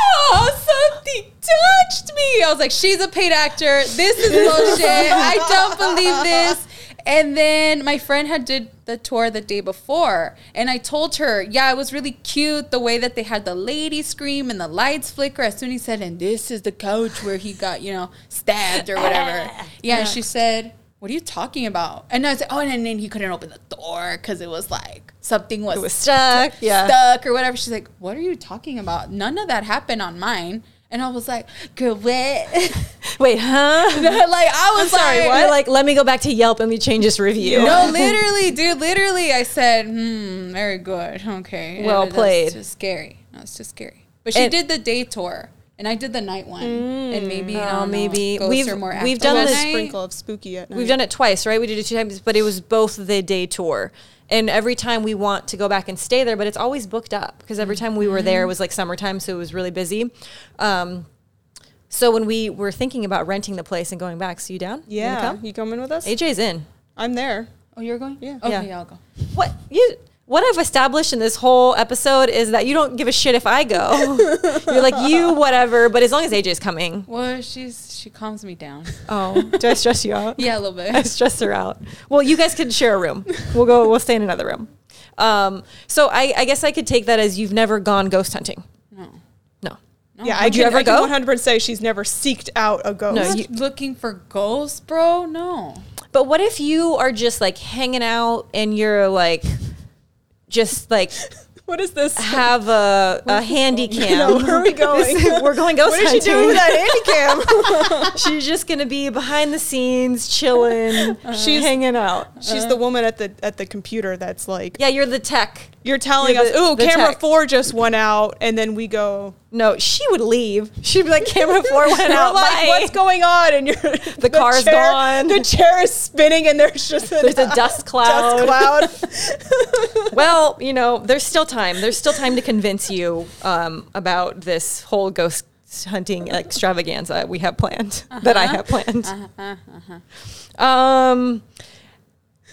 C: oh, something touched me. I was like, she's a paid actor. This is bullshit. I don't believe this. And then my friend had did the tour the day before, and I told her, yeah, it was really cute the way that they had the lady scream and the lights flicker. As soon as he said, and this is the couch where he got, you know, stabbed or whatever. Yeah, and she said, what are you talking about? And I said, oh, and then he couldn't open the door because it was like something was,
A: It was stuck. Yeah.
C: stuck or whatever. She's like, "What are you talking about? None of that happened on mine." And I was like, "Girl, what?" like
A: Wait, huh?
C: I was
A: Sorry,
C: like,
A: what? like, let me go back to Yelp and let me change this review.
C: No, literally, dude, literally. I said, "Hmm, very good, okay."
A: Well
C: And that's
A: played.
C: Too scary. No, it's too scary. But she
A: And-
C: did the day tour, and I did the night one, and maybe I
A: Oh,
C: don't know,
A: maybe.
C: ghosts
A: We've-
C: are more
A: we've
C: active
A: done
C: at
B: a
A: this-
C: night.
B: sprinkle of spooky at night.
A: We've done it twice, right? We did it two times, but it was both the day tour. And every time we want to go back and stay there, but it's always booked up because every time we were there
B: Mm-hmm.
A: it was like summertime, so it was really busy. Um, so when we were thinking about renting the place and going back, so you down? You gonna
B: Yeah,
A: come?
B: you coming with us?
A: AJ's in.
B: I'm there.
C: Oh, you're going?
B: Yeah.
C: Okay,
A: Yeah.
C: I'll go.
A: What you? What I've established in this whole episode is that you don't give a shit if I go. You're like you, whatever. But as long as AJ's coming,
C: Well, she's she calms me down.
A: oh, do I stress you out?
C: yeah, a little
A: I
C: bit.
A: stress her out. Well, you guys can share a room. We'll go. We'll stay in another room. Um, so I, I guess I could take that as you've never gone ghost hunting.
C: No.
A: No.
B: Yeah,
A: Oh,
B: I
A: Would
B: can,
A: you ever
B: I can
A: go?
B: 100% say she's never seeked out a ghost.
A: No,
C: I'm not
A: you-
C: looking for ghosts, bro. No.
A: But what if you are just like hanging out and you're like, just like
B: what is this?
A: have a, a handy
B: No,
A: cam.
B: where are we going?
A: This- We're going ghost
B: what did
A: hunting.
B: she do with that handy cam?
A: She's just gonna be behind the scenes, chilling. She's hanging out.
B: She's the woman at the at the computer that's like,
A: Uh-huh. Yeah, you're the tech.
B: you're telling
A: You're
B: us,
A: the-
B: "Ooh,
A: the
B: camera
A: tech."
B: four just went out," and then we go,
A: No, she would leave. She'd be like, camera four went
B: "We're
A: out.
B: like,
A: bye."
B: what's going on?" And you're the,
A: car's
B: chair-
A: gone.
B: the chair is spinning, and there's just a,
A: There's a dust
B: dust cloud.
A: well, you know, there's still time. There's still time to convince you um, about this whole ghost hunting extravaganza we have planned, that
B: Uh-huh.
A: I have planned. Um,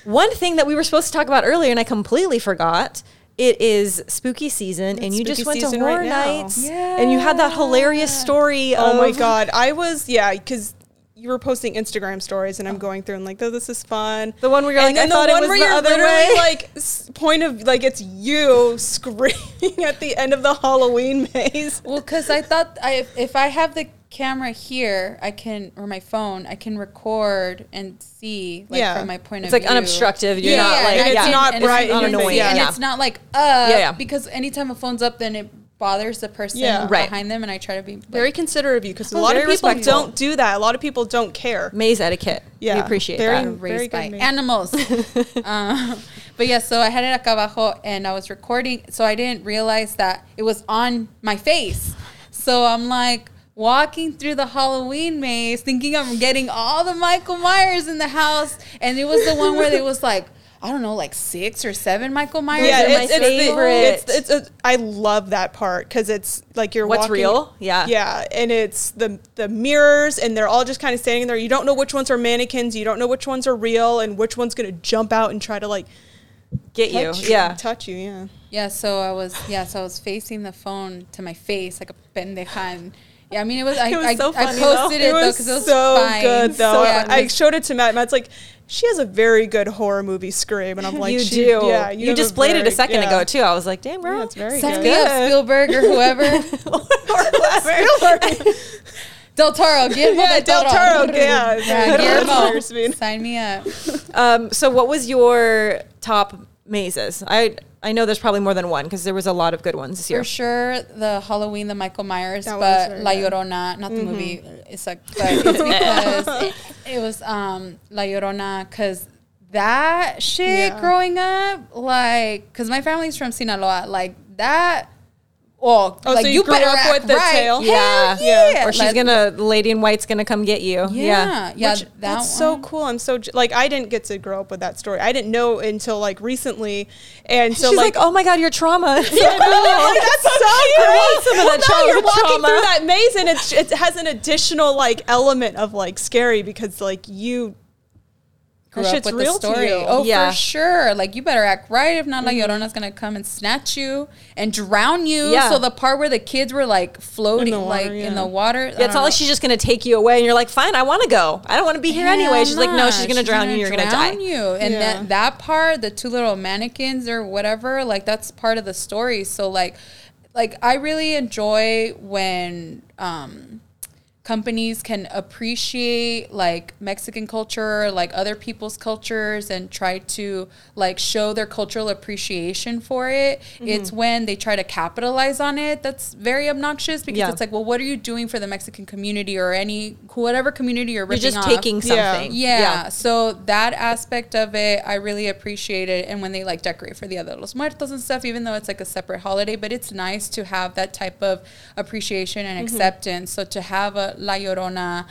A: one thing that we were supposed to talk about earlier, and I completely forgot. It is spooky season, and
B: It's
A: you just
B: spooky
A: went to
B: season
A: horror
B: right now.
A: nights, and you had that hilarious story.
B: Oh my
A: of-
B: god, I was yeah, because you were posting Instagram stories, and I'm going through and like, oh, this is fun.
A: The one where you're
B: And
A: like, I
B: then
A: thought it was the
B: you're
A: other
B: literally,
A: way.
B: Like s- point of like it's you screaming at the end of the Halloween maze.
C: Well, because I thought I, if I have the camera here, I can or my phone, I can record and see like
B: Yeah.
C: from my point
A: It's
C: of
A: like
C: view.
A: unobstructive. You're not like
C: and
B: it's
A: yeah.
B: not
C: and it's
B: bright
A: not
C: you can
A: annoying.
C: see, And
A: Yeah.
C: it's not like uh
A: yeah.
C: because anytime a phone's up then it bothers the person
B: Yeah.
A: Right.
C: behind them and I try to be like,
B: Very considerate of you because a lot of
A: very
B: people
A: respectful.
B: don't do that. A lot of people don't care.
A: Maze etiquette. Yeah.
B: Yeah.
A: We appreciate
B: Very-
A: that.
B: Very
C: raised
B: good
C: by
B: man.
C: animals. um, but yeah, so I had it acá abajo and I was recording, so I didn't realize that it was on my face. So I'm like walking through the Halloween maze, thinking I'm getting all the Michael Myers in the house, and it was the one where they was like. I don't know, like six or seven Michael Myers.
A: are
B: Yeah,
C: in my
A: my
B: it's, it's, the,
A: favorite.
B: it's, it's, a- I love that part because it's like you're
A: What's
B: walking-
A: real? Yeah.
B: yeah, and it's the the mirrors, and they're all just kind of standing there. You don't know which ones are mannequins. You don't know which ones are real, and which one's gonna jump out and try to like
A: Get you.
B: touch
A: Yeah.
B: touch you, yeah.
C: Yeah, so I was yeah, so I was facing the phone to my face like a pendeja. and- Yeah, I mean it was. I,
A: It was
C: I,
A: so
C: I
A: funny,
C: posted
A: though.
C: it though because it was fine.
B: good though.
C: So,
B: I,
C: yeah,
B: I showed it to Matt. Matt's like, she has a very good horror movie scream, and I'm like,
A: you
B: she,
A: do.
B: Yeah,
A: you
B: have
A: just played it a
B: very-
A: second
B: yeah.
A: ago too. I was like, damn, girl.
B: Yeah, it's very
C: Sign
B: good.
C: me up, Spielberg or whoever. Del Toro, Guillermo
B: Yeah, Del Toro,
C: yeah,
B: yeah. That's what you're
C: Guillermo.
B: saying.
C: Sign me up.
A: Um, so what was your top mazes? I I know there's probably more than one because there was a lot of good ones this year.
C: For sure, the Halloween, the Michael Myers,
B: That one was
C: but
B: very
C: La
B: good.
C: Llorona, not
B: Mm-hmm.
C: the movie. It's like, but it's because it, it was um, La Llorona, because that shit
B: Yeah.
C: growing up, like, because my family's from Sinaloa, like that. Oh,
B: Oh,
C: like
B: so
C: you,
B: you grew
C: better
B: up
C: act
B: with the
C: right.
B: tail?
A: Yeah.
C: Hell yeah.
B: Yeah.
A: Or she's
C: Like,
A: gonna the lady in white's gonna come get you.
C: Yeah, yeah,
B: Which-
C: that
B: that's
C: one.
B: so cool. I'm so j- like I didn't get to grow up with that story. I didn't know until like recently, and so
A: she's
B: like,
A: like, oh my god, your trauma.
B: Like, that's so great.
A: some of that
B: Well, now you're
A: childhood
B: walking
A: trauma.
B: through that maze, and it's, it has an additional like element of like scary because like you
C: grew
B: That
C: up
B: shit's
C: with
B: real
C: the
B: to
C: story.
B: you. Mm-hmm.
C: Oh,
A: Yeah.
C: for sure. Like you better act right. If not, like Llorona's gonna come and snatch you and drown you.
A: Yeah.
C: So the part where the kids were like floating,
B: In the water,
C: like in
B: yeah.
C: the water.
A: Yeah, it's not like she's just gonna take you away, and you're like, "Fine, I want to go. I don't want to be here anyway." She's like, "No, she's gonna drown you. You're gonna die."
C: You. And
B: Yeah.
C: that that part, the two little mannequins or whatever, like that's part of the story. So like, like I really enjoy when. um companies can appreciate like Mexican culture, like other people's cultures, and try to like show their cultural appreciation for it.
A: Mm-hmm.
C: It's when they try to capitalize on it that's very obnoxious because
A: Yeah.
C: it's like, well, what are you doing for the Mexican community or any whatever community you're
A: You're
C: ripping
A: just
C: off?
A: taking
B: Yeah.
A: something.
C: Yeah, So that aspect of it, I really appreciate it. And when they like decorate for Dia de los Muertos and stuff, even though it's like a separate holiday, but it's nice to have that type of appreciation and acceptance. So to have a La Llorona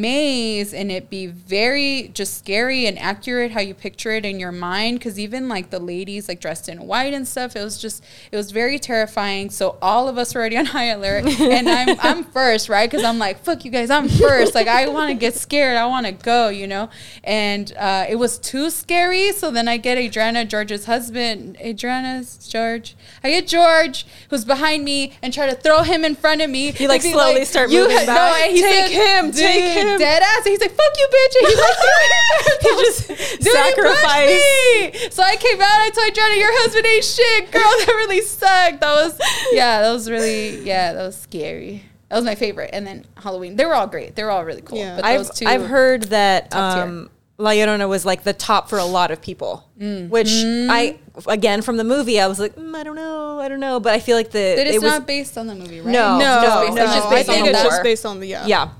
C: maze and it be very just scary and accurate how you picture it in your mind, because even like the ladies like dressed in white and stuff, it was just it was very terrifying. So all of us were already on high alert, and I'm I'm first, right? Because I'm like, fuck you guys, I'm first. Like I want to get scared, I want to go, you know. And uh, it was too scary. So then I get Adriana George's husband, Adriana's George. I get George, who's behind me, and try to throw him in front of me.
A: You, like,
C: And be
A: slowly start moving
C: ha-
A: back.
C: and he
B: Take him, take
C: "Dude,
B: him."
C: dead ass. And he's like, fuck you, bitch. And he's like,
A: he just
C: Dude, he pushed
A: sacrificed.
C: me. So I came out. I told Adriana, your husband ain't shit, girl. That really sucked. That was, yeah, that was really, yeah, that was scary. That was my favorite. And then Halloween. They were all great. They were all really cool.
B: Yeah.
C: But
A: I've
C: those two,
A: I've heard that
C: top tier.
A: um, La Llorona was like the top for a lot of people,
C: Mm.
A: which I again from the movie I was like, mm, I don't know, I don't know, but I feel like the
C: That it's
A: it was
C: not based on the movie, right?
A: No,
B: no,
A: just
B: no,
A: based- it's just
B: I
A: based on
B: think
A: the
B: it's
A: lore.
B: just based on the yeah.
A: yeah.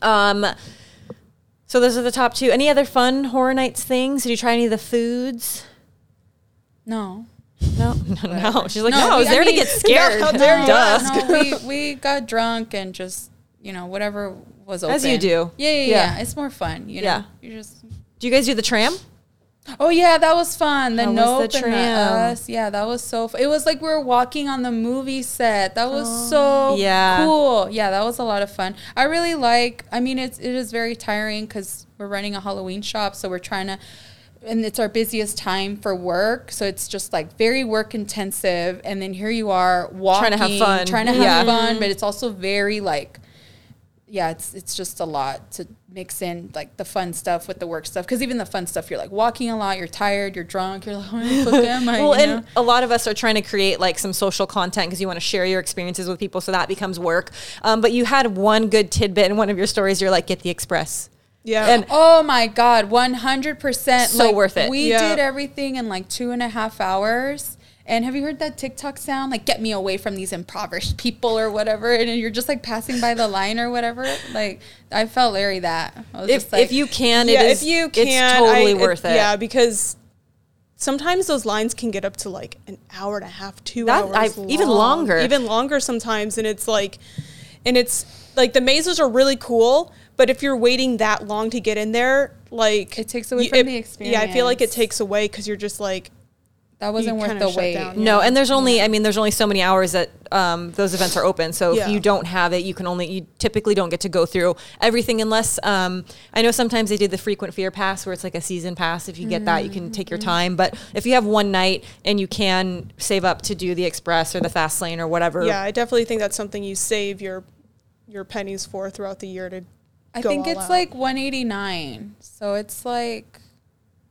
A: Um, so those are the top two. Any other fun horror nights things? Did you try any of the foods?
C: No.
A: No, no, no. She's like,
C: No,
A: no, I was
C: we- I
A: there
C: mean-
A: to get scared.
B: No, how dare you
A: Duh.
B: ask.
C: No, we, we got drunk and just, you know, whatever was open.
A: As you do.
C: Yeah, yeah,
A: Yeah.
C: yeah. It's more fun, you know.
A: Yeah.
C: You just
A: Do you guys do the tram?
C: Oh yeah, that was fun. The
A: How was
C: nope
A: the
C: and the
A: tram?
C: us. Yeah, that was so. Fun. It was like we were walking on the movie set. That was so
A: Oh, Yeah.
C: cool. Yeah, that was a lot of fun. I really like. I mean, it's it is very tiring because we're running a Halloween shop, so we're trying to. And it's our busiest time for work, so it's just like very work intensive. And then here you are walking,
A: Trying to have fun.
C: trying to have
A: Yeah.
C: fun, but it's also very like yeah, it's it's just a lot to mix in like the fun stuff with the work stuff because even the fun stuff, you're like walking a lot, you're tired, you're drunk, you're like, where the fuck am I?
A: Well,
C: you
A: and
C: know?
A: a lot of us are trying to create like some social content because you want to share your experiences with people, so that becomes work. Um, but you had one good tidbit in one of your stories. You're like, get the express.
B: Yeah.
A: And
C: Oh my God, 100%.
A: So
C: Like,
A: worth it.
C: We
B: Yeah.
C: did everything in like two and a half hours. And have you heard that TikTok sound? Like, get me away from these impoverished people or whatever. And you're just like passing by the line or whatever. Like, I felt Larry that. I was
A: if
C: just like,
A: if you can,
B: yeah,
A: it is.
B: if you can,
A: it's totally worth it.
B: Yeah, because sometimes those lines can get up to like an hour and a half, two
A: That-
B: hours,
A: I- even
B: long,
A: longer.
B: even longer sometimes, and it's like, and it's like the mazes are really cool, but if you're waiting that long to get in there, like
C: It takes away
B: you-
C: from
B: it-
C: the
B: Yeah, I feel like it
C: experience.
B: takes away because you're just like,
C: that wasn't
B: you
C: worth
B: kinda
C: the
B: shut
C: wait.
B: down.
A: No,
B: Yeah.
A: and there's only I mean there's only so many hours that um, those events are open. So
B: Yeah.
A: if you don't have it, you can only you typically don't get to go through everything unless um, I know sometimes they did the frequent fear pass where it's like a season pass. If you get that, you
B: Mm,
A: can take
B: mm-hmm.
A: your time. But if you have one night and you can save up to do the express or the fast lane or whatever,
B: yeah, I definitely think that's something you save your your pennies for throughout the year to.
C: I
B: go
C: think
B: all
C: it's
B: out.
C: like 189. So it's like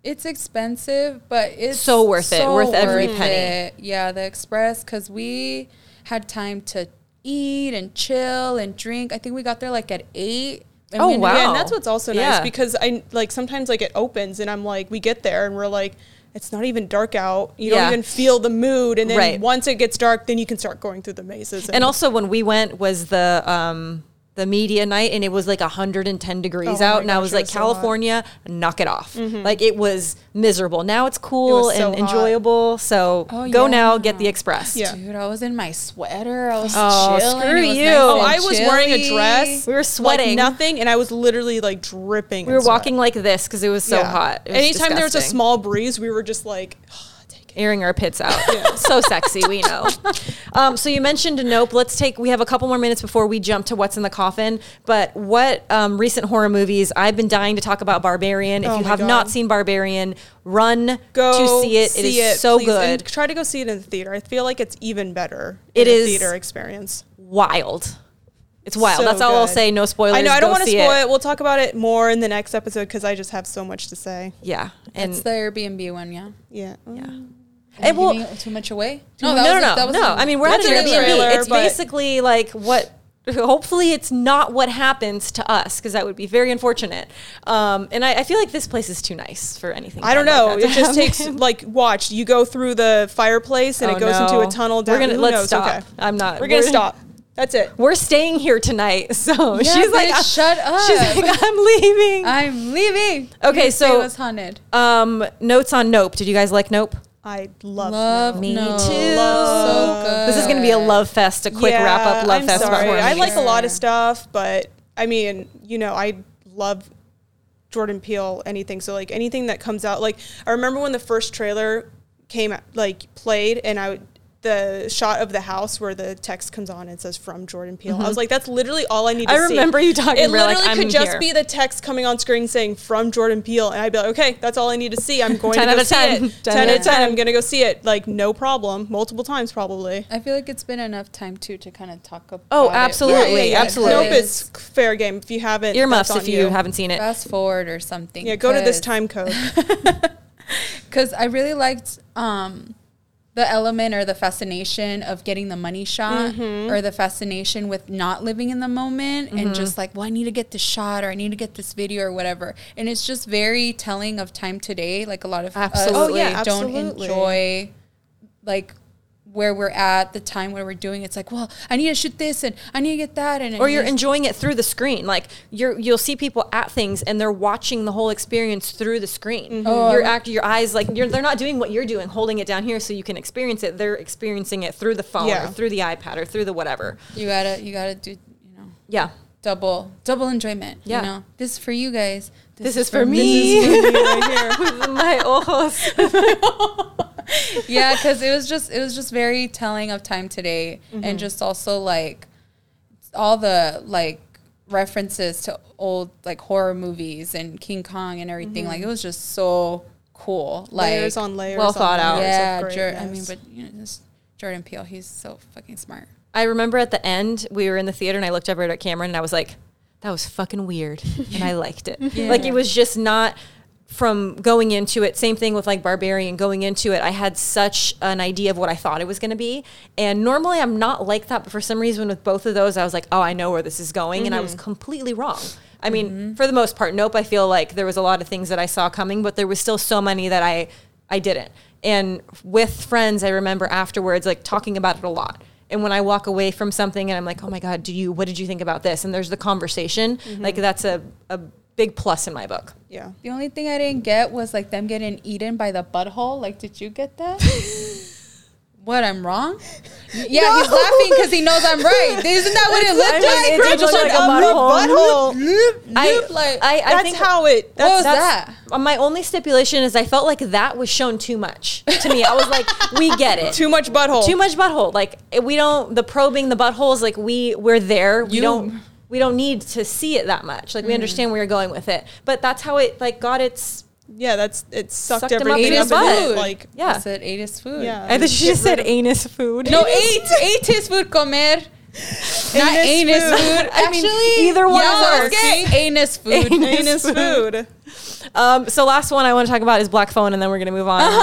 C: it's expensive, but it's
A: So worth it. Worth every penny.
C: it. Yeah, the express cuz we had time to eat and chill and drink. I think we got there like at 8. And
A: Oh,
C: we ended
A: wow.
C: up-
B: Yeah, and that's what's also nice
A: Yeah.
B: because I like sometimes like it opens and I'm like we get there and we're like it's not even dark out. You
A: Yeah.
B: don't even feel the mood, and then
A: Right.
B: once it gets dark, then you can start going through the mazes.
A: And also when we went was the um, the media night and it was like 110 degrees
B: Oh my
A: out and I
B: gosh,
A: was
B: it
A: like
B: was so hot. Mm-hmm.
A: California, knock it off. Like it was miserable. Now it's cool
B: was so
A: and
B: hot.
A: enjoyable. So
C: Oh,
A: go
C: yeah.
A: now, get the express.
B: Yeah.
C: Dude, I was in my sweater. I was
A: Oh,
C: chilling.
A: screw
C: It was
A: you.
C: nice
A: Oh,
B: oh,
C: and
B: I was wearing a
C: chilly.
B: dress.
A: We were sweating.
B: like nothing, and I was literally like dripping.
A: We were walking like this because it was so hot. It was
B: Anytime there was a
A: disgusting.
B: small breeze, we were just like, "Ah, take it.
A: airing our pits out. so sexy, we know. Um, so you mentioned Nope. Let's take. We have a couple more minutes before we jump to what's in the coffin. But what um, recent horror movies? I've been dying to talk about Barbarian. If
B: Oh
A: you
B: my
A: have
B: God.
A: not seen Barbarian, run
B: go
A: to see it. it is so
B: please, and
A: good,
B: try to go see it in the theater. I feel like it's even better.
A: It
B: in a
A: is-
B: theater experience.
A: wild. It's wild.
B: So
A: That's all I'll
B: good.
A: say. No spoilers.
B: I know. I don't
A: want to
B: spoil it. We'll talk about it more in the next episode because I just have so much to say.
A: Yeah, and
C: It's the Airbnb one, yeah.
B: Yeah. Uh-huh.
A: yeah.
C: Am
A: And
C: I
A: well-
C: giving it too much away?
A: no,
C: was-
A: no, no, no.
C: a-
A: I mean, we're at an
B: That's a
A: Airbnb.
B: trailer,
A: it's
B: but-
A: basically like what. Hopefully, it's not what happens to us because that would be very unfortunate. Um, and I, I feel like this place is too nice for anything.
B: I don't
A: bad
B: know.
A: like that Oh, to
B: it just
A: happen.
B: takes like watch. You go through the fireplace and
A: Oh,
B: it goes
A: no.
B: into a tunnel. Down.
A: We're gonna
B: Who
A: let's
B: knows?
A: stop.
B: Okay.
A: I'm not.
B: We're gonna stop. That's it.
A: We're staying here tonight. So
C: Yeah,
A: she's like,
C: bitch,
A: "I'm-
C: shut up.
A: She's like, I'm leaving.
C: I'm leaving.
A: Okay,
C: This day
A: so-
C: was haunted.
A: um, notes on Nope. Did you guys like Nope?
B: I love.
C: Love
B: Snow.
A: Me
C: no.
A: too.
C: Love. So good.
A: This is going to be a love fest, a quick
B: Uh, Yeah,
A: wrap up love
B: I'm
A: fest. about
B: sorry.
A: horror
B: I
A: movies.
B: like a lot of
C: Sure.
B: stuff, but I mean, you know, I love Jordan Peele. Anything so like anything that comes out. Like I remember when the first trailer came out- like played, and I would- the shot of the house where the text comes on and says from Jordan Peele. I was like, that's literally all I need. to
A: Mm-hmm. I
B: see.
A: remember you talking
B: It
A: about, like,
B: literally
A: I'm
B: could just
A: here.
B: be the text coming on screen saying from Jordan Peele, and I'd be like, okay, that's all I need to see. I'm going
A: 10
B: to
A: out
B: go
A: of
B: see
A: 10.
B: it.
A: 10
B: Ten,
A: out
B: out
A: of
B: of ten. I'm gonna go see it. Like no problem. Multiple times probably.
C: I feel like it's been enough time too to kind of talk about.
A: Oh,
C: it.
A: absolutely,
C: What it
A: absolutely.
B: Nope,
C: is.
B: it's fair game. If you haven't,
A: earmuffs
B: that's on
A: if you, haven't seen it.
C: fast forward or something.
B: Yeah, go to this
C: 'cause-
B: time code.
C: because I really liked um, the element or the fascination of getting the money shot
A: Mm-hmm.
C: or the fascination with not living in the moment and just like, well, I need to get this shot or I need to get this video or whatever. And it's just very telling of time today. Like a lot of us
A: Absolutely. Oh,
B: yeah,
C: don't
B: absolutely.
C: enjoy like where we're at, the time where we're doing. It's like, well, I need to shoot this and I need to get that. And
A: or you're
C: enjoying.
A: enjoying it through the screen. Like you're, you'll see people at things and they're watching the whole experience through the screen.
C: Oh,
A: your
C: I-
A: act, your eyes, like you're, they're not doing what you're doing, holding it down here so you can experience it. They're experiencing it through the phone
B: Yeah.
A: or through the iPad or through the whatever.
C: you gotta, you gotta do, you know.
A: Yeah.
C: double double enjoyment.
A: Yeah.
C: You know, this is for you guys.
A: This is for me.
C: This is
A: My ojos.
C: for- yeah, because it was just it was just very telling of time today, and just also like all the like references to old like horror movies and King Kong and everything. Like it was just so cool. Like
B: layers on layers.
A: well
B: on
A: thought out.
B: layers of
C: yeah, Jor- I
B: greatness.
C: mean, but you know, this Jordan Peele, he's so fucking smart.
A: I remember at the end, we were in the theater and I looked over at Cameron and I was like, that was fucking weird and I liked it. Like it was just not from going into it same thing with like barbarian going into it i had such an idea of what i thought it was going to be and normally i'm not like that but for some reason with both of those i was like oh i know where this is going and i was completely wrong i mean for the most part nope i feel like there was a lot of things that i saw coming but there was still so many that i i didn't and with friends i remember afterwards like talking about it a lot and when I walk away from something and I'm like, oh my God, do you, what did you think about this? And there's the conversation, like that's a, a big plus in my book.
B: Yeah.
C: The only thing I didn't get was like them getting eaten by the butthole. Like, did you get that? what? I'm wrong? Yeah, he's laughing because he knows I'm right. Isn't that what it looked
A: I mean,
C: like?
A: it did look like a
B: um, your
A: butthole.
B: butthole.
A: I,
C: like-
A: I, I
B: That's
A: think
B: how it.
C: What was
B: That's,
C: that?
A: uh, my only stipulation is I felt like that was shown too much to me. I was like, we get it.
B: too much butthole.
A: Too much butthole. Like eh, we don't the probing the buttholes. Like we we're there. We
C: You-
A: don't we don't need to see it that much. Like we understand where you're going with it. But that's how it like got its.
B: Yeah, that's it. Sucked,
A: Sucked him up
B: everything
A: in
B: up.
A: his
B: and
A: butt.
B: then, Like
A: Yeah.
C: I said ate his food.
B: Yeah.
A: I think she just said anus food.
C: No, ate ate his food comer. Not
B: Anus
C: anus food.
A: I mean,
C: Actually,
A: either one
C: yeah,
A: works.
C: okay. anus food.
A: Anus
B: anus food.
A: Um, so last one I want to talk about is black phone, and then we're gonna move on.
C: Uh-huh.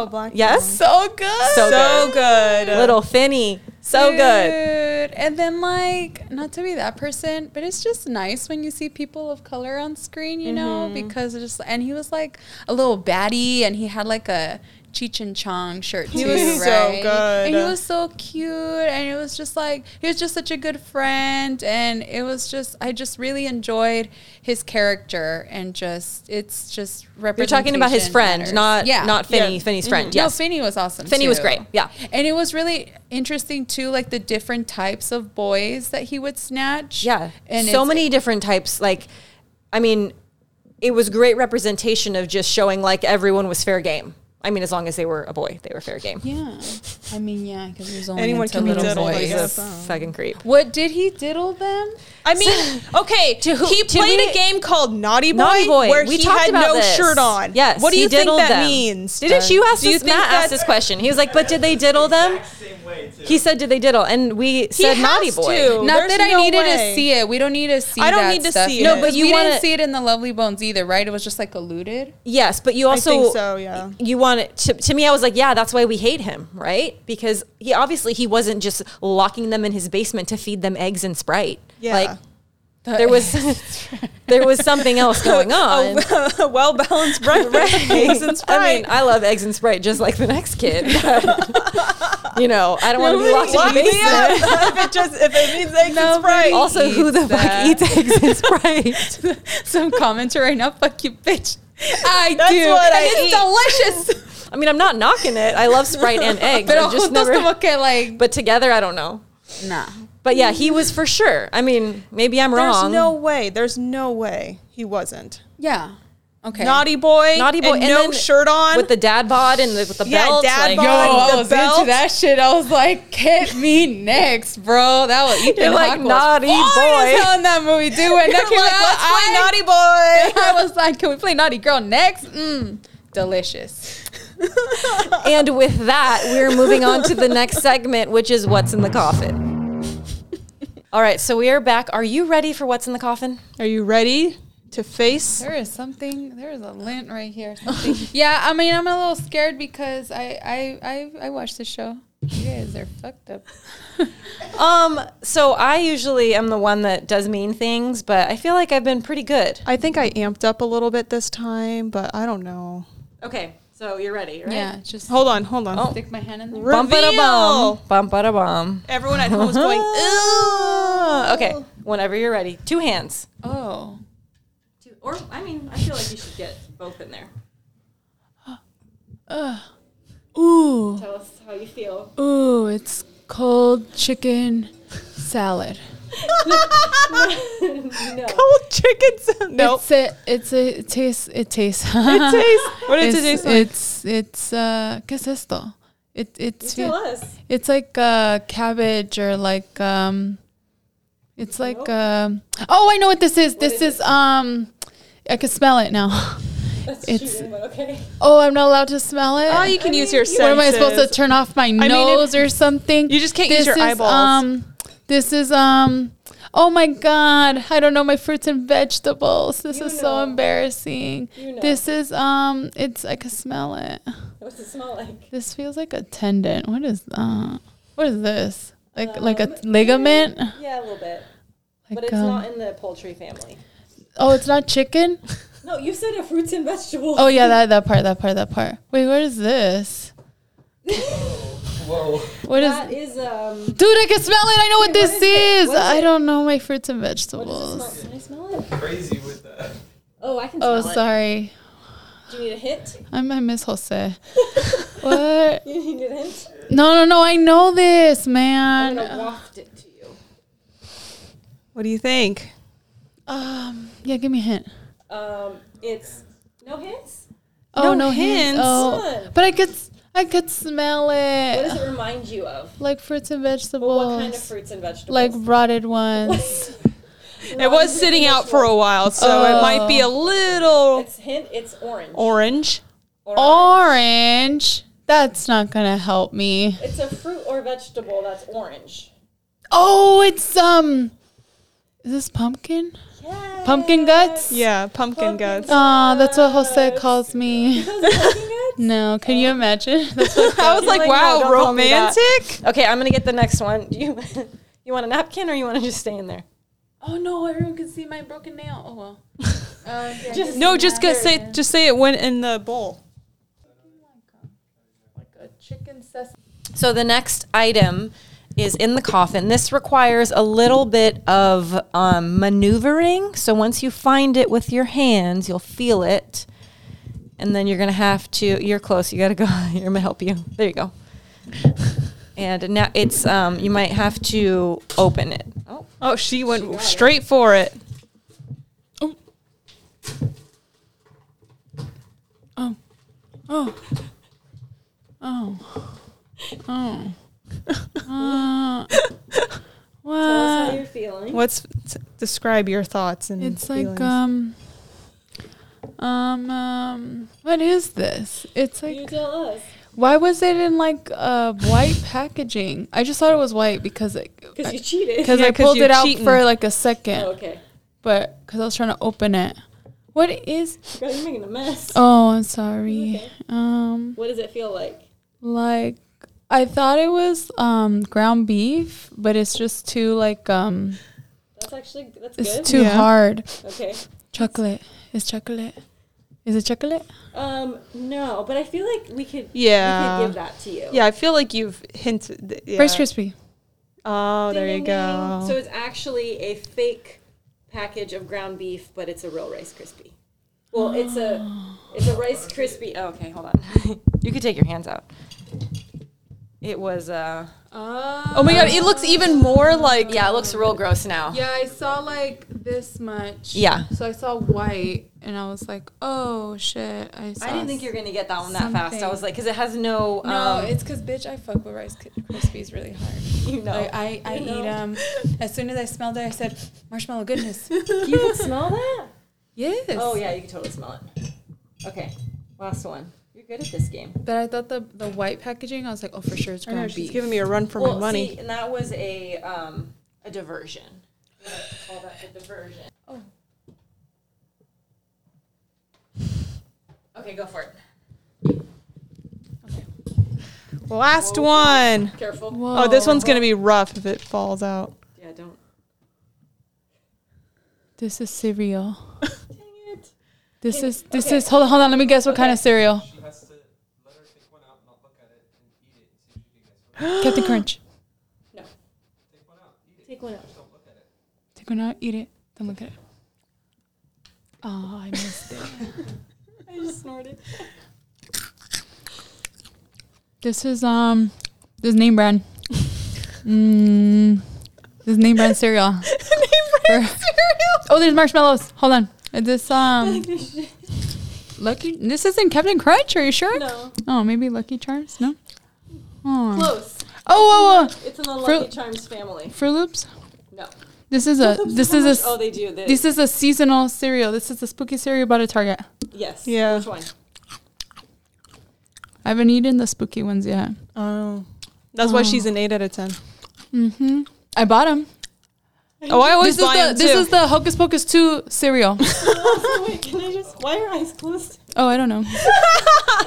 C: Huh?
B: black.
A: Yes,
C: Oh, So good.
A: So
B: So good.
A: little Finny, so good.
C: Dude. And then like, not to be that person, but it's just nice when you see people of color on screen, you know,
A: Mm-hmm.
C: because it's just and he was like a little baddie, and he had like a Cheech and Chong shirt
B: He
C: too,
B: was so
C: right?
B: good.
C: And he was so cute, and it was just like he was just such a good friend, and it was just I just really enjoyed his character, and just it's just
A: You're talking about his
C: representation
A: friend,
C: matters.
A: not not Finny,
B: Yeah.
A: Finny's friend.
C: Yeah,
A: Yes,
C: Finney was awesome.
A: Finney was
C: too.
A: great, yeah.
C: and it was really interesting too, like the different types of boys that he would snatch.
A: Yeah.
C: and
A: so
C: it's-
A: many different types. Like, I mean, it was great representation of just showing like everyone was fair game. I mean, as long as they were a boy, they were fair game.
C: Yeah, I mean, yeah, because there's only
B: Anyone
C: into
B: can be
C: little
B: diddled, I
C: boys.
B: guess.
A: He's a fucking creep.
C: What did he diddle them?
B: I mean, okay.
A: To who-
B: he
A: to
B: played
A: we-
B: a game called Naughty Boy,
A: Naughty Boy.
B: where
A: we
B: he
A: talked
B: had
A: about
B: no
A: this.
B: shirt on.
A: Yes.
B: What do
A: he
B: you think
A: diddled
B: that
A: them.
B: means?
A: Didn't you ask
B: Do you
A: this?
B: think
A: Matt asked
B: that's-
A: this question. He was like, "But did they diddle them?"
D: Same way too.
A: He said, "Did they diddle?" And we said,
B: has
A: "Naughty boy."
B: to.
C: Not
B: There's
C: that I
B: no
C: needed
B: way.
C: to see it. We don't need to see.
B: I don't
C: that
B: need to
C: stuff.
B: see
A: No,
B: it.
A: but you
C: we
A: wanna-
C: didn't see it in the Lovely Bones either, right? It was just like alluded.
A: Yes, but you also
B: think so, yeah.
A: You want it to, to me? I was like, yeah, that's why we hate him, right? Because he obviously he wasn't just locking them in his basement to feed them eggs and Sprite.
B: Yeah.
A: like there was there was something else going on.
B: a well balanced breakfast. Eggs and
A: I
B: Sprite.
A: mean, I love eggs and Sprite just like the next kid. but, you know, I don't want to be locked
B: Lock
A: in the
B: me
A: basement.
B: up. if it just if it means eggs and Sprite.
A: Also, who the fuck
C: that.
A: eats eggs and Sprite?
C: some commenter right now. Fuck you, bitch. I
B: That's
C: do.
B: what I
C: and it's delicious.
A: I mean, I'm not knocking it. I love Sprite and eggs.
C: Pero
A: I just
C: juntos
A: never,
C: como que like
A: but together, I don't know.
C: nah.
A: But yeah, he was for sure. I mean, maybe I'm
B: There's
A: wrong.
B: no way. There's no way he wasn't.
C: Yeah. Okay.
B: Naughty boy.
A: Naughty boy,
B: And
A: and
B: no
A: then
B: shirt on.
A: with the dad bod and the, with the
B: Yeah,
A: belt.
B: dad
A: like,
B: bod.
C: Yo,
B: on
C: I
B: the
C: was
B: belt.
C: into that shit. I was like, get me next, bro. That was Ethan
A: You're like,
C: Hawke was
A: naughty
C: fine
A: boy.
C: as hell in that movie, dude. When that
B: You're
C: came
B: like,
C: out,
B: let's play
C: I,
B: naughty boy.
C: I was like, can we play Naughty Girl next? Mm, delicious.
A: And with that, we're moving on to the next segment, which is what's in the coffin. All right, so we are back. Are you ready for what's in the coffin?
B: Are you ready to face?
C: There is something. There is a lint right here. Something. yeah, I mean, I'm a little scared because I I I, I watched the show. You guys are fucked up.
A: Um, so I usually am the one that does mean things, but I feel like I've been pretty good.
B: I think I amped up a little bit this time, but I don't know.
A: Okay, so you're ready, right?
C: Yeah, just
B: Hold on, hold on.
A: Oh.
C: stick my hand in there.
A: Bump it a bum.
B: Reveal.
A: Bump it a bum.
B: Everyone at home was going, ooh.
A: Okay, whenever you're ready. Two hands.
C: Oh.
A: Two, or, I mean, I feel like you should get both in there.
C: Oh. Ooh.
A: Tell us how you feel.
C: Ooh, it's cold chicken salad.
B: Cold chickens. Nope.
C: It's a, it's a, it tastes, it tastes.
B: It tastes. What does it
C: it's,
B: taste like?
C: it's, it's, uh, ¿qué es esto? It, it's,
A: Tell us.
C: it's like uh, cabbage or like, um, it's like, um, oh, I know what this is. this is, um, I can smell it now. it's,
A: Okay.
C: oh, I'm not allowed to smell it.
B: Oh, you can use your senses.
C: What am I supposed to turn off my
B: mean, if-
C: nose or something?
B: You just can't use your eyeballs.
C: Um, this is um. oh my god, I don't know my fruits and vegetables. This is so embarrassing. This is um, it's I can smell it.
A: What's it smell like?
C: This feels like a tendon. What is that? What is this? Like like a ligament?
A: Um, Yeah, a little bit.
C: Like,
A: But it's
C: um,
A: not in the poultry family.
C: oh, it's not chicken.
A: No, you said a fruits and vegetables.
C: Oh yeah, that that part, that part, that part. Wait, what is this?
E: Whoa.
C: What is?
A: that is um.
C: Dude, I can smell it. I know what this
A: what is it?
C: is.
A: What is
C: I
A: it?
C: don't know my fruits and
A: What does it
C: vegetables.
A: smell? Can I smell it?
E: Crazy with that.
A: Oh, I can smell
C: Oh, sorry.
A: it. Do you need a hint?
C: I'm I miss Jose. what?
A: You need a hint?
C: No, no, no. I know this,
A: I'm
C: man.
A: gonna waft it to you.
B: What do you think?
C: Um, yeah, give me a hint.
A: Um, it's no hints.
C: Oh,
B: No
C: no, hints.
B: hints.
C: Oh,
A: Come on.
C: but I could, s- I could smell
A: What does
C: it.
A: it remind you uh, of?
C: Like fruits and
A: Well,
C: vegetables.
A: what kind of fruits and vegetables?
C: Like rotted ones.
B: It was sitting out for a while, so it might be a little
A: It's hint. It's orange.
B: orange.
A: Orange.
C: Orange. That's not gonna help me.
A: It's a fruit or vegetable that's orange.
C: Oh, it's um. Is this pumpkin?
A: Yeah.
C: Pumpkin guts?
B: Yeah, pumpkin,
A: Pumpkin.
B: guts.
C: Oh, that's what Jose calls me.
A: okay,
C: No, can you imagine? That's what
B: I was like,
A: like,
B: wow,
A: no, don't call me that."
B: romantic.
A: I'm gonna get the next one. Do you you want a napkin or you want to just stay in there?
F: Oh no, everyone can see my broken nail. Oh well. Uh, yeah,
A: Just-
B: No, just go, say just say it went in the bowl.
F: like a chicken sesame.
A: So the next item is in the coffin. This requires a little bit of um, maneuvering. So once you find it with your hands, you'll feel it, and then you're gonna have to. You're close. You gotta go. I'm gonna help you. There you go. And now it's um, you might have to open it. Oh,
B: Oh, she went straight for it.
C: Oh. Oh. Oh. Uh,
A: how
C: what?
A: you're feeling?
B: What's t- describe your thoughts and
C: It's
B: feelings.
C: like um. Um, um, what is this? It's
A: You
C: like,
A: tell us.
C: why was it in like uh, white packaging? I just thought it was white because it,
A: Because you cheated. Oh,
C: because
B: Yeah,
C: I
B: 'cause
C: pulled
B: you're
C: it out
B: cheating.
C: for like a second,
A: okay.
C: but because I was trying to open it. What is?
A: Girl, you're making a mess.
C: Oh, I'm sorry.
A: okay.
C: Um,
A: What does it feel like?
C: like I thought it was um ground beef, but it's just too like um
A: That's actually that's
C: it's
A: good.
C: too
B: Yeah.
C: hard.
A: okay.
C: Chocolate. It's chocolate. Is it chocolate?
A: Um, no, but I feel like we could
B: Yeah.
A: we could give that to you.
B: Yeah, I feel like you've hinted. th- Yeah.
C: Rice crispy.
B: Oh, there you
A: Ding, ding,
B: go.
A: ding. So it's actually a fake package of ground beef, but it's a real Rice Krispie. Well, it's a it's a Rice Krispie. Oh, okay, hold on. you could take your hands out. It was. uh
F: Ah.
B: oh my god, it looks even more like
A: Yeah, it looks real gross now.
F: Yeah, I saw like this much.
A: Yeah.
F: So I saw white, and I was like, oh shit. I, saw
A: I didn't think you were gonna get that one that fast. I
F: Something.
A: was like, because it has no. Um,
F: No, it's because bitch, I fuck with Rice K- Krispies really hard.
A: you know.
F: Like I, I
A: You know.
F: eat them. As soon as I smelled it, I said, marshmallow goodness.
A: you can smell that.
F: yes.
A: Oh yeah, you can totally smell it. Okay, last one. You're good at this game.
F: But I thought the the white packaging, I was like, oh for sure it's
B: I know,
F: ground
B: she's
F: beef.
B: giving me a run for my money.
A: see, and that was a um, a diversion. We're gonna Call that a diversion.
F: Oh.
A: Okay, go for it.
B: Last one.
A: Careful.
C: Whoa.
B: Oh, this one's gonna be rough if it falls out.
A: Yeah, don't.
C: This is cereal.
A: Dang it.
C: This
A: Okay,
C: is this
A: okay.
C: is hold on hold on. Let me guess what kind of cereal.
E: She has to let her take one out, not look at it, and eat it. and See if she can guess what it
C: Captain Crunch.
A: No,
E: is. Take one out, eat it.
A: take one out.
E: Just don't look at it.
C: Take one out, eat it, then look at it. Oh, I missed it.
A: I just snorted.
C: This is um this is name brand. Mm, this is name brand cereal. Oh, there's marshmallows. Hold on. Is this um Lucky this isn't Captain Crunch, are you sure?
A: no,
C: Oh, maybe Lucky Charms? No? Oh,
A: close.
C: oh, oh, oh.
A: It's an unlucky
C: Fruit-
A: Charms family.
C: Fruit Loops?
A: No.
C: This is a this is a
A: Oh,
C: s-
A: they do. They,
C: this is a seasonal cereal. This is a spooky cereal bought at Target.
A: yes.
B: Yeah.
A: Which one?
C: I haven't eaten the spooky ones yet.
B: Oh, that's why she's an eight out of ten.
C: Mm-hmm. I bought them.
D: Oh, I always
C: This is
D: buy
C: the-
D: them
C: this
D: too.
C: is
D: the Hocus Pocus 2 cereal.
G: Wait, can I just? Why are eyes closed?
D: Oh, I don't know.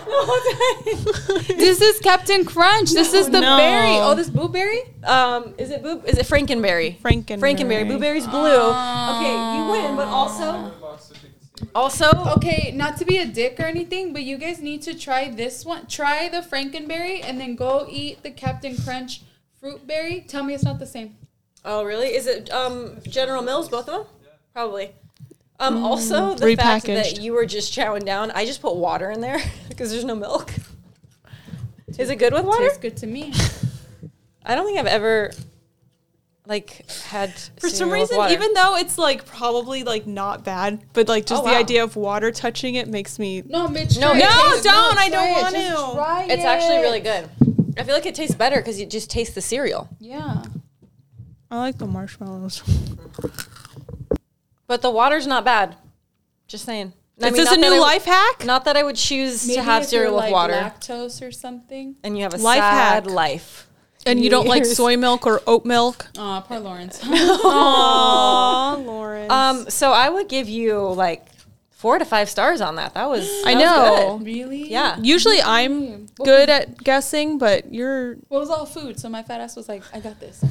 C: this is Captain Crunch. This is the
B: No.
C: berry. Oh, this blueberry.
A: Um, is it boob? Is it Frankenberry?
B: Frankenberry.
A: Frankenberry. Oh. Blueberry's blue. Okay, you win, but also,
E: Box so they can see what
A: also,
C: Okay, not to be a dick or anything, but you guys need to try this one. Try the Frankenberry and then go eat the Captain Crunch fruit berry. Tell me it's not the same.
A: oh really? Is it um General Mills? Both of them? Probably. Um, also the fact that
B: repackaged.
A: you were just chowing down. I just put water in there because there's no milk. Is it good with water?
C: Tastes good to me.
A: I don't think I've ever like had
B: For
A: cereal
B: some
A: with
B: reason,
A: water.
B: even though it's like probably like not bad, but like just
A: Oh,
B: the
A: wow.
B: idea of water touching it makes me.
C: No, Mitch.
A: No,
C: try
A: it
C: it.
A: tastes-
C: Just-
B: don't,
C: try
B: I don't
C: it.
B: want
C: Just
B: to.
C: try
A: it's actually
C: it.
A: really good. I feel like it tastes better because you just taste the cereal.
C: Yeah.
B: I like the marshmallows.
A: But the water's not bad. Just saying. I
B: Is
A: mean,
B: this
A: not
B: a
A: that I
B: new
A: would-
B: life hack?
A: Not that I would choose
C: Maybe
A: to have
C: if
A: cereal
C: you're,
A: with
C: like,
A: water.
C: Lactose or something.
A: and you have a
B: Life
A: sad
B: hack.
A: life.
B: And you don't like soy milk or oat milk?
C: Oh, poor Lawrence.
B: Aw, Lauren.
A: Um, so I would give you like four to five stars on that. That was
B: I
A: that was
B: know.
A: good.
C: really?
A: Yeah.
B: Usually I'm good at guessing, but you're
C: Well, it was all food, so my fat ass was like, I got this.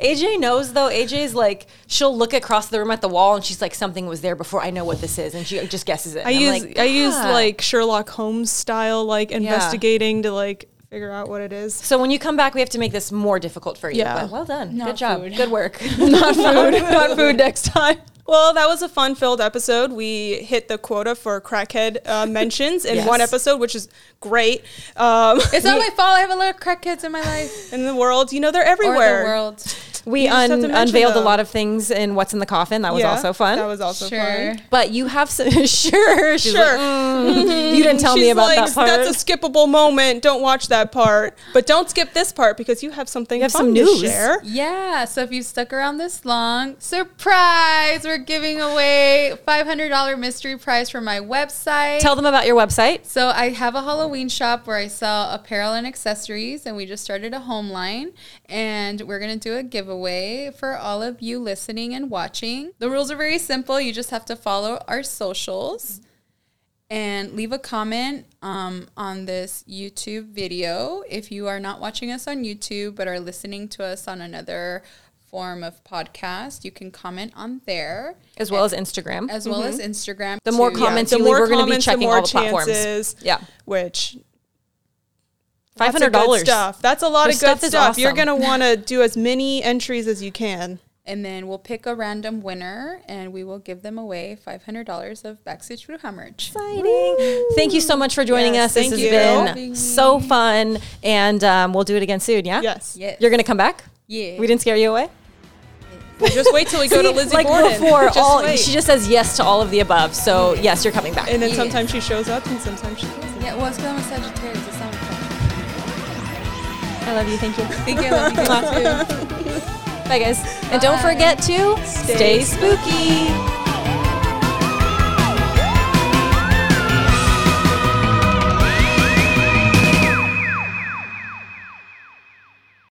A: AJ knows though. AJ's like she'll look across the room at the wall and she's like something was there before I know what this is and she just guesses it.
B: I
A: And I'm
B: use
A: like, "Ah."
B: I use
A: "God."
B: like Sherlock Holmes style like investigating to like figure out what it is.
A: So when you come back, we have to make this more difficult for you.
B: Yeah.
A: But well done.
C: Not
A: Good job.
C: food.
A: Good work.
B: Not food. Not food next time. Well, that was a fun-filled episode. We hit the quota for crackhead uh, mentions in
A: Yes.
B: one episode, which is great. Um,
C: It's not my fault. I have a lot of crackheads in my life.
B: in the world, you know, they're
C: Or the
B: everywhere.
C: world.
A: we
B: You just have
A: un-
B: to mention
A: unveiled a
B: them.
A: lot of things in What's in the Coffin. That was
B: Yeah,
A: also fun.
B: That was also
C: Sure.
B: fun.
A: but you have some sure, she's
B: Sure.
A: like, You didn't tell me
B: "Mm." She's
A: about
B: like,
A: that part.
B: That's a skippable moment. Don't watch that part, but don't skip this part because you have something
A: You have
B: fun
A: some
B: to
A: news.
B: share.
C: Yeah, so if you stuck around this long, surprise! We're giving away $500 mystery prize from my website.
A: Tell them about your website.
C: So I have a Halloween shop where I sell apparel and accessories, and we just started a home line, and we're gonna do a giveaway for all of you listening and watching. The rules are very simple. You just have to follow our socials and leave a comment um, on this YouTube video if you are not watching us on YouTube but are listening to us on another form of podcast. You can comment on there
A: As well as Instagram.
C: as well as Instagram.
A: Mm-hmm. the more
C: too.
A: comments
B: The
A: you leave,
B: more
A: we're going to be
B: comments, the
A: checking
B: more
A: all the platforms.
B: chances.
A: Yeah,
B: Which
A: five
B: That's a
A: hundred
B: good
A: dollars.
B: stuff. That's a lot
A: Her
B: of good
A: stuff
B: stuff.
A: is
B: You're
A: awesome.
B: gonna want to do as many entries as you can.
C: and then we'll pick a random winner and we will give them away $500 of Backstage Bruja merch.
A: Thank you so much for joining
B: Yes,
A: us. This
B: thank
A: has
B: you.
A: been so fun, and um, we'll do it again soon. Yeah.
B: Yes.
C: Yes.
A: You're going to come back.
C: Yeah.
A: We didn't scare you away.
B: Just wait till we go to
A: See,
B: Lizzie
A: like
B: Borden.
A: before,
B: Just
A: all
B: wait.
A: she just says yes to all of the above. So yes, you're coming back.
B: and then
C: Yeah.
B: sometimes she shows up and sometimes she doesn't.
C: Yeah, well, it's because I'm a Sagittarius. It's not fun.
A: I love you. Thank you.
C: Thank you. I love you guys too.
A: Bye, guys. And don't
C: Bye.
A: forget to stay,
B: Stay
A: spooky.